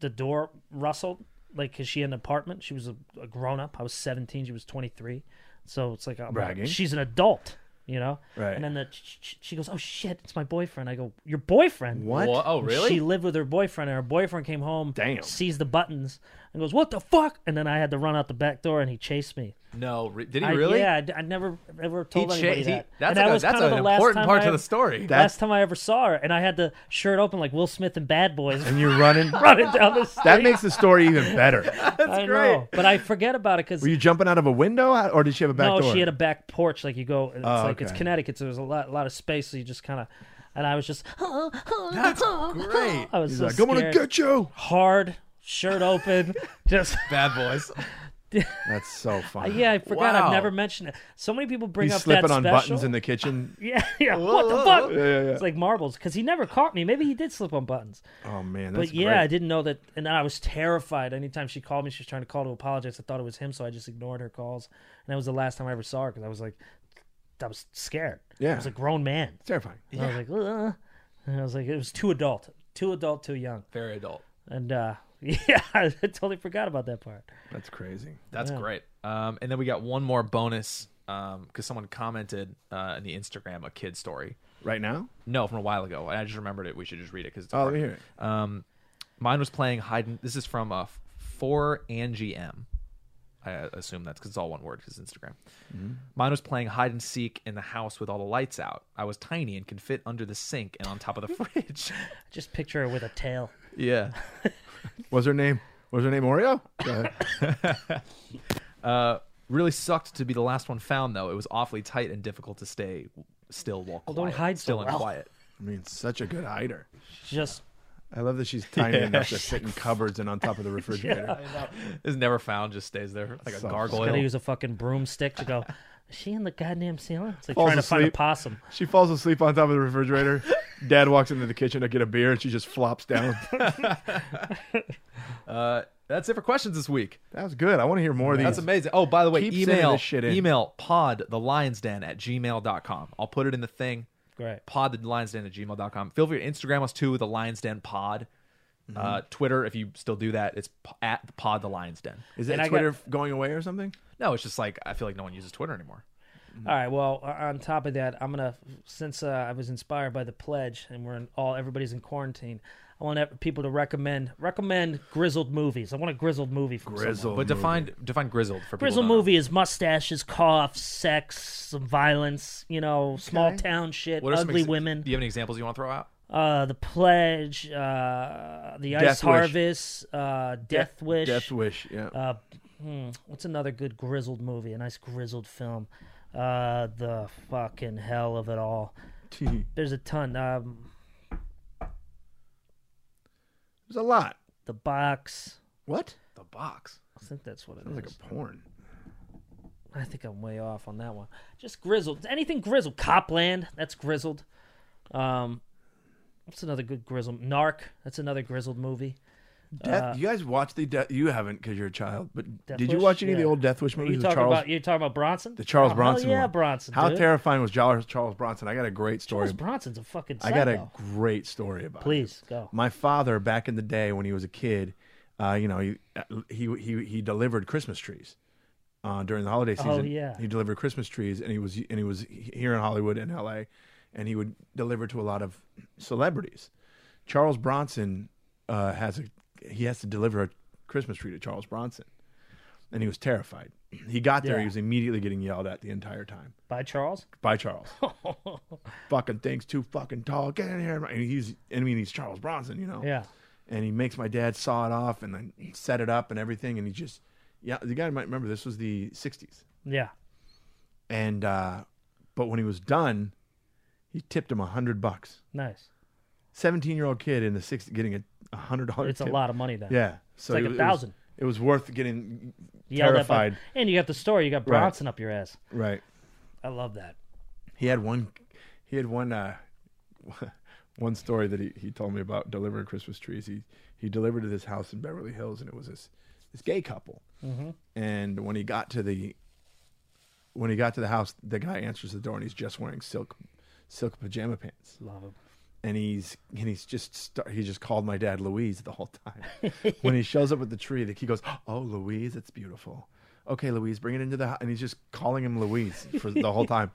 Speaker 3: the door rustled, like because she had an apartment. She was a, a grown up. I was seventeen. She was twenty three. So it's like I'm like,
Speaker 2: Bragging.
Speaker 3: she's an adult, you know.
Speaker 2: Right.
Speaker 3: And then the, she goes, "Oh shit, it's my boyfriend." I go, "Your boyfriend?
Speaker 2: What?
Speaker 4: Wha- Oh, really?
Speaker 3: She lived with her boyfriend, and her boyfriend came home,
Speaker 2: Damn.
Speaker 3: sees the buttons, and goes, "What the fuck?" And then I had to run out the back door, and he chased me.
Speaker 4: No, re- did he
Speaker 3: I-
Speaker 4: really?
Speaker 3: yeah, I d- I, never ever
Speaker 4: he
Speaker 3: told anybody
Speaker 4: changed.
Speaker 3: that.
Speaker 4: that's
Speaker 3: and
Speaker 4: like
Speaker 3: that
Speaker 4: a-
Speaker 3: was
Speaker 4: that's
Speaker 3: kind of
Speaker 4: an
Speaker 3: the last
Speaker 4: important
Speaker 3: time
Speaker 4: part
Speaker 3: I,
Speaker 4: to the story.
Speaker 3: Last time I ever saw her, and I had the shirt open like Will Smith and Bad Boys
Speaker 2: and you're running.
Speaker 3: running down the street.
Speaker 2: That makes the story even better.
Speaker 3: That's I
Speaker 4: great.
Speaker 3: Know, but I forget about it because
Speaker 2: Were you jumping out of a window, How- or did she have a back
Speaker 3: no,
Speaker 2: door?
Speaker 3: she had a back porch. Like you go, and it's
Speaker 2: Oh,
Speaker 3: like it's
Speaker 2: okay.
Speaker 3: Connecticut, so there's a lot, lot of space. So you just kind of, and I was just,
Speaker 4: That's great.
Speaker 3: I was
Speaker 2: He's
Speaker 3: so
Speaker 2: like, I'm
Speaker 3: scared.
Speaker 2: gonna get you.
Speaker 3: Hard shirt open, just
Speaker 4: Bad boys.
Speaker 2: That's so funny.
Speaker 3: yeah. I forgot.
Speaker 4: Wow.
Speaker 3: I've never mentioned it. So many people bring
Speaker 2: He's
Speaker 3: up
Speaker 2: slipping
Speaker 3: that
Speaker 2: on
Speaker 3: special.
Speaker 2: buttons in the kitchen.
Speaker 3: yeah, yeah. what the
Speaker 4: whoa,
Speaker 3: fuck?
Speaker 4: whoa.
Speaker 2: Yeah, yeah, yeah.
Speaker 3: It's like marbles because he never caught me. Maybe he did slip on buttons.
Speaker 2: Oh man,
Speaker 3: But
Speaker 2: that's
Speaker 3: yeah, I
Speaker 2: great.
Speaker 3: didn't know that, and then I was terrified. Anytime she called me, she was trying to call to apologize. I thought it was him, so I just ignored her calls, and that was the last time I ever saw her because I was like, I was scared.
Speaker 2: Yeah.
Speaker 3: I was a grown man.
Speaker 2: terrifying.
Speaker 3: And I was like, Ugh. and I was like, it was too adult, too adult, too young,
Speaker 4: Very adult.
Speaker 3: and uh, yeah, I totally forgot about that part.
Speaker 2: That's crazy.
Speaker 4: That's great. Um, and then we got one more bonus because someone commented uh, in the Instagram a kid story.
Speaker 2: Right now?
Speaker 4: No, from a while ago. I just remembered it. We should just read it because it's.
Speaker 2: Oh, let me
Speaker 4: important.
Speaker 2: hear it.
Speaker 4: Um, mine was playing hide. And, this is from uh, four Angie M. I uh, assume that's because it's all one word because Instagram.
Speaker 3: Mm-hmm.
Speaker 4: Mine was playing hide and seek in the house with all the lights out. I was tiny and could fit under the sink and on top of the fridge.
Speaker 3: I just picture her with a tail.
Speaker 4: yeah.
Speaker 2: What's her name? Was her name Oreo? Go ahead.
Speaker 4: Uh, really sucked to be the last one found though. It was awfully tight and difficult to stay still while
Speaker 3: Well,
Speaker 4: quiet.
Speaker 3: don't hide so
Speaker 4: still and
Speaker 3: well.
Speaker 4: quiet.
Speaker 2: I mean, such a good hider.
Speaker 3: Just
Speaker 2: I love that she's tiny enough to sit in cupboards and on top of the refrigerator.
Speaker 4: Is never found. Just stays there like a
Speaker 2: Sucks.
Speaker 4: gargoyle.
Speaker 3: gonna use a fucking broomstick to go. Is she in the goddamn ceiling? It's like
Speaker 2: Falls
Speaker 3: trying to find a
Speaker 2: asleep.
Speaker 3: possum.
Speaker 2: She falls asleep on top of the refrigerator. Dad walks into the kitchen to get a beer, and she just flops down.
Speaker 4: Uh, that's it for questions this week.
Speaker 2: That was good. I want to hear more of these.
Speaker 4: That's amazing. Oh, by the way,
Speaker 2: Keep sending
Speaker 4: email
Speaker 2: this shit in.
Speaker 4: email pod the lions den at gmail.com. I'll put it in the thing.
Speaker 3: Great.
Speaker 4: Pod the lions den at gmail.com. Feel free to Instagram us too, the lions den pod.
Speaker 3: Mm-hmm.
Speaker 4: Uh, Twitter, if you still do that, it's p- at the pod the lions den.
Speaker 2: Is
Speaker 3: And
Speaker 2: that
Speaker 3: I
Speaker 2: Twitter
Speaker 3: got-
Speaker 2: going away or something?
Speaker 4: No, it's just like I feel like no one uses Twitter anymore.
Speaker 3: All right. Well, o- on top of that, I'm gonna since uh, I was inspired by the pledge, and we're in all everybody's in quarantine. I want ev- people to recommend recommend grizzled movies. I want a grizzled movie from someone.
Speaker 2: Grizzle.
Speaker 4: But define define grizzled for people.
Speaker 3: Grizzled
Speaker 4: who don't know.
Speaker 3: movie is mustaches, coughs, sex, some violence. You know, small town shit,
Speaker 4: What are some
Speaker 3: ugly
Speaker 4: ex-
Speaker 3: women.
Speaker 4: Do you have any examples you want to throw out?
Speaker 3: Uh, the pledge, uh, the
Speaker 2: Death
Speaker 3: ice
Speaker 2: Wish.
Speaker 3: harvest, uh, death wish.
Speaker 2: Death Wish. Yeah.
Speaker 3: uh, hmm, what's another good grizzled movie? A nice grizzled film. Uh, the fucking hell of it all.
Speaker 2: Gee,
Speaker 3: There's a ton. Um,
Speaker 2: There's a lot.
Speaker 3: the box.
Speaker 2: What?
Speaker 4: The box.
Speaker 3: I think that's what it
Speaker 2: Sounds like
Speaker 3: is.
Speaker 2: a porn.
Speaker 3: I think I'm way off on that one. Just grizzled. Anything grizzled. Copland. That's grizzled. Um, what's another good grizzled? Narc. That's another grizzled movie.
Speaker 2: Death, you guys watch the Death? You haven't because you're a child. But
Speaker 3: Uh, Death
Speaker 2: did you
Speaker 3: Wish?
Speaker 2: watch any of the
Speaker 3: Yeah.
Speaker 2: old Death Wish
Speaker 3: Are
Speaker 2: movies?
Speaker 3: you
Speaker 2: with
Speaker 3: talking
Speaker 2: Charles,
Speaker 3: about? You talking about Bronson?
Speaker 2: the Charles
Speaker 3: Oh,
Speaker 2: Bronson?
Speaker 3: Hell yeah,
Speaker 2: one?
Speaker 3: Bronson.
Speaker 2: How
Speaker 3: dude.
Speaker 2: terrifying was Charles, Charles Bronson? I got a great story.
Speaker 3: Charles Bronson's a fucking.
Speaker 2: I
Speaker 3: Psycho.
Speaker 2: got a great story about. it.
Speaker 3: Please go.
Speaker 2: My father, back in the day when he was a kid, uh, you know, he, he he he delivered Christmas trees uh, during the holiday season.
Speaker 3: Oh, yeah.
Speaker 2: he delivered Christmas trees, and he was and he was here in Hollywood and L.A., and he would deliver to a lot of celebrities. Charles Bronson uh, has a he has to deliver a Christmas tree to Charles Bronson, and he was terrified. He got there,
Speaker 3: Yeah.
Speaker 2: he was immediately getting yelled at the entire time
Speaker 3: By Charles.
Speaker 2: by Charles. fucking thing's too fucking tall. Get in here. And he's, I mean, he's Charles Bronson, you know?
Speaker 3: Yeah.
Speaker 2: And he makes my dad saw it off and then set it up and everything. And he just, yeah, the guy might remember this was the 60s.
Speaker 3: Yeah.
Speaker 2: And, uh, but when he was done, he tipped him a hundred bucks.
Speaker 3: Nice.
Speaker 2: 17 year old kid in the 60s getting a a hundred dollar
Speaker 3: It's a
Speaker 2: tip.
Speaker 3: lot of money then.
Speaker 2: Yeah. So
Speaker 3: like
Speaker 2: it
Speaker 3: a
Speaker 2: was-
Speaker 3: thousand.
Speaker 2: It was, it was worth getting
Speaker 3: Yelled at by-
Speaker 2: terrified.
Speaker 3: and you got the story. You got
Speaker 2: Right.
Speaker 3: Bronson up your ass.
Speaker 2: Right.
Speaker 3: I love that.
Speaker 2: He had one. He had one. Uh, one story that he, he told me about delivering Christmas trees. He he delivered to this house in Beverly Hills, and it was this this gay couple. And when he got to the when he got to the house, the guy answers the door, and he's just wearing silk silk pajama pants,
Speaker 3: Love him.
Speaker 2: and he's and he's just start, he just called my dad Louise the whole time. when he shows up at the tree, the, he goes, "Oh, Louise, it's beautiful." Okay, Louise, bring it into the house, and he's just calling him Louise for the whole time.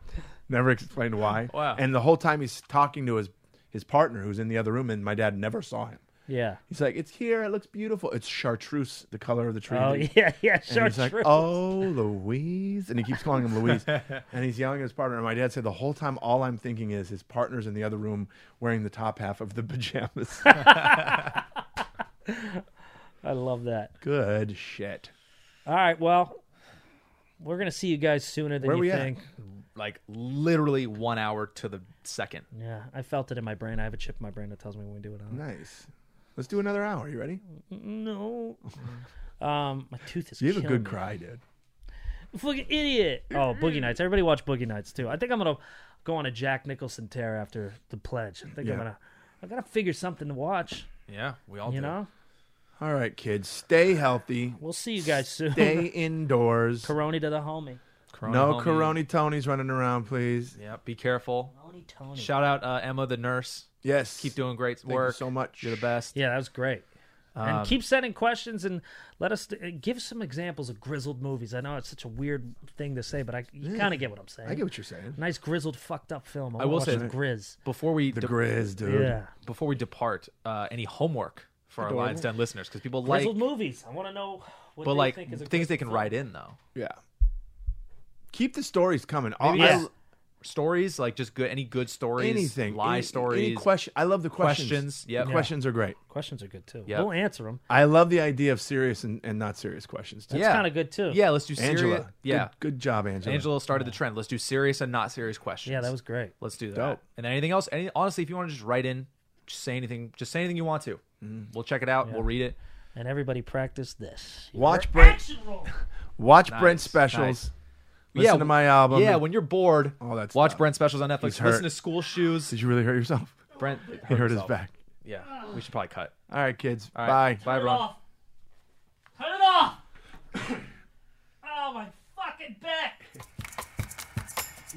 Speaker 2: Never explained why.
Speaker 4: Wow.
Speaker 2: And the whole time he's talking to his his partner who's in the other room, and my dad never saw him.
Speaker 3: Yeah.
Speaker 2: He's like, it's here. It looks beautiful. It's chartreuse, the color of the tree.
Speaker 3: Oh
Speaker 2: leaf."
Speaker 3: yeah, yeah,
Speaker 2: And
Speaker 3: sure,
Speaker 2: he's like,
Speaker 3: true.
Speaker 2: oh, Louise. And he keeps calling him Louise. and he's yelling at his partner. And my dad said, the whole time, all I'm thinking is his partner's in the other room wearing the top half of the pajamas.
Speaker 3: I love that.
Speaker 2: Good shit.
Speaker 3: All right, well, we're gonna see you guys sooner than
Speaker 2: Where
Speaker 3: you
Speaker 2: we at?
Speaker 3: think.
Speaker 4: Like literally one hour to the second.
Speaker 3: Yeah, I felt it in my brain. I have a chip in my brain that tells me when we do it. On.
Speaker 2: Nice. Let's do another hour. You ready?
Speaker 3: No. Um, my tooth is.
Speaker 2: You have a
Speaker 3: killing
Speaker 2: good
Speaker 3: me.
Speaker 2: cry, dude.
Speaker 3: Fucking idiot. Oh, Boogie Nights. Everybody watch Boogie Nights too. I think I'm gonna go on a Jack Nicholson tear after the pledge. I think
Speaker 2: Yeah.
Speaker 3: I'm gonna. I gotta figure something to watch.
Speaker 4: Yeah, we all
Speaker 3: You
Speaker 4: do.
Speaker 3: know.
Speaker 2: All right, kids. Stay healthy.
Speaker 3: We'll see you guys soon.
Speaker 2: Stay indoors.
Speaker 3: Corona to the homie.
Speaker 4: Corona
Speaker 2: no
Speaker 4: homie.
Speaker 2: Corony Tonys running around, please.
Speaker 4: Yeah, be careful.
Speaker 3: Tony Tony.
Speaker 4: Shout out uh, Emma, the nurse.
Speaker 2: Yes.
Speaker 4: Keep doing great
Speaker 2: Thank
Speaker 4: work.
Speaker 2: you so much.
Speaker 4: You're the best.
Speaker 3: Yeah, that was great.
Speaker 4: Um,
Speaker 3: and keep sending questions and let us uh, give some examples of grizzled movies. I know it's such a weird thing to say, but I you kind of get what I'm saying.
Speaker 2: I get what you're saying.
Speaker 3: nice grizzled fucked up film. I,
Speaker 4: will
Speaker 3: will watch
Speaker 4: say
Speaker 3: some
Speaker 4: that-
Speaker 3: Grizz.
Speaker 4: Before we
Speaker 2: The
Speaker 4: de-
Speaker 2: Grizz, dude.
Speaker 3: Yeah.
Speaker 4: before we depart, uh, any homework for our Lions Den listeners because people like,
Speaker 3: grizzled movies. I want to know what
Speaker 4: but
Speaker 3: they
Speaker 4: like
Speaker 3: think is a
Speaker 4: things they can
Speaker 3: grizzled film.
Speaker 4: write in though.
Speaker 2: Yeah. Keep the stories coming. All-
Speaker 4: Maybe
Speaker 2: I-
Speaker 3: yeah.
Speaker 4: Stories like just good, any good stories,
Speaker 2: anything,
Speaker 4: lie
Speaker 2: any,
Speaker 4: stories,
Speaker 2: Any question? I love the questions.
Speaker 4: Questions, yep.
Speaker 2: The
Speaker 4: Yeah.
Speaker 2: questions are great.
Speaker 3: Questions are good too.
Speaker 4: Yep.
Speaker 3: We'll answer them.
Speaker 2: I love the idea of serious and, and not serious questions. Too.
Speaker 3: That's
Speaker 4: Yeah.
Speaker 3: kind of good too.
Speaker 4: Yeah, let's do serious.
Speaker 2: Angela,
Speaker 4: Yeah,
Speaker 2: good, good job, Angela.
Speaker 4: Angela started the trend. Let's do serious and not serious questions.
Speaker 3: Yeah, that was great.
Speaker 4: Let's do that.
Speaker 2: Dope.
Speaker 4: And then anything else? Any honestly, if you want to just write in, just say anything. Just say anything you want to.
Speaker 2: Mm-hmm.
Speaker 4: We'll check it out. We'll read it.
Speaker 3: And everybody practice this.
Speaker 2: Watch
Speaker 3: Your
Speaker 2: Brent-
Speaker 3: action roll.
Speaker 2: Watch Brent's
Speaker 4: Nice,
Speaker 2: specials.
Speaker 4: nice.
Speaker 2: Listen
Speaker 4: Yeah,
Speaker 2: to my album.
Speaker 4: yeah, when you're bored,
Speaker 2: All that
Speaker 4: watch
Speaker 2: stuff.
Speaker 4: Brent specials on Netflix.
Speaker 2: He's
Speaker 4: Listen
Speaker 2: hurt.
Speaker 4: to School Shoes.
Speaker 2: did you really hurt yourself?
Speaker 4: Brent
Speaker 2: He hurt his
Speaker 4: himself.
Speaker 2: back.
Speaker 4: Yeah, we should probably cut.
Speaker 2: All right, kids.
Speaker 4: All right.
Speaker 2: Bye.
Speaker 4: Bye,
Speaker 3: Turn it
Speaker 4: everyone.
Speaker 3: off. Turn it off. oh my fucking back.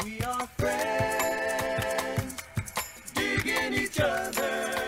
Speaker 1: We are friends, digging each other.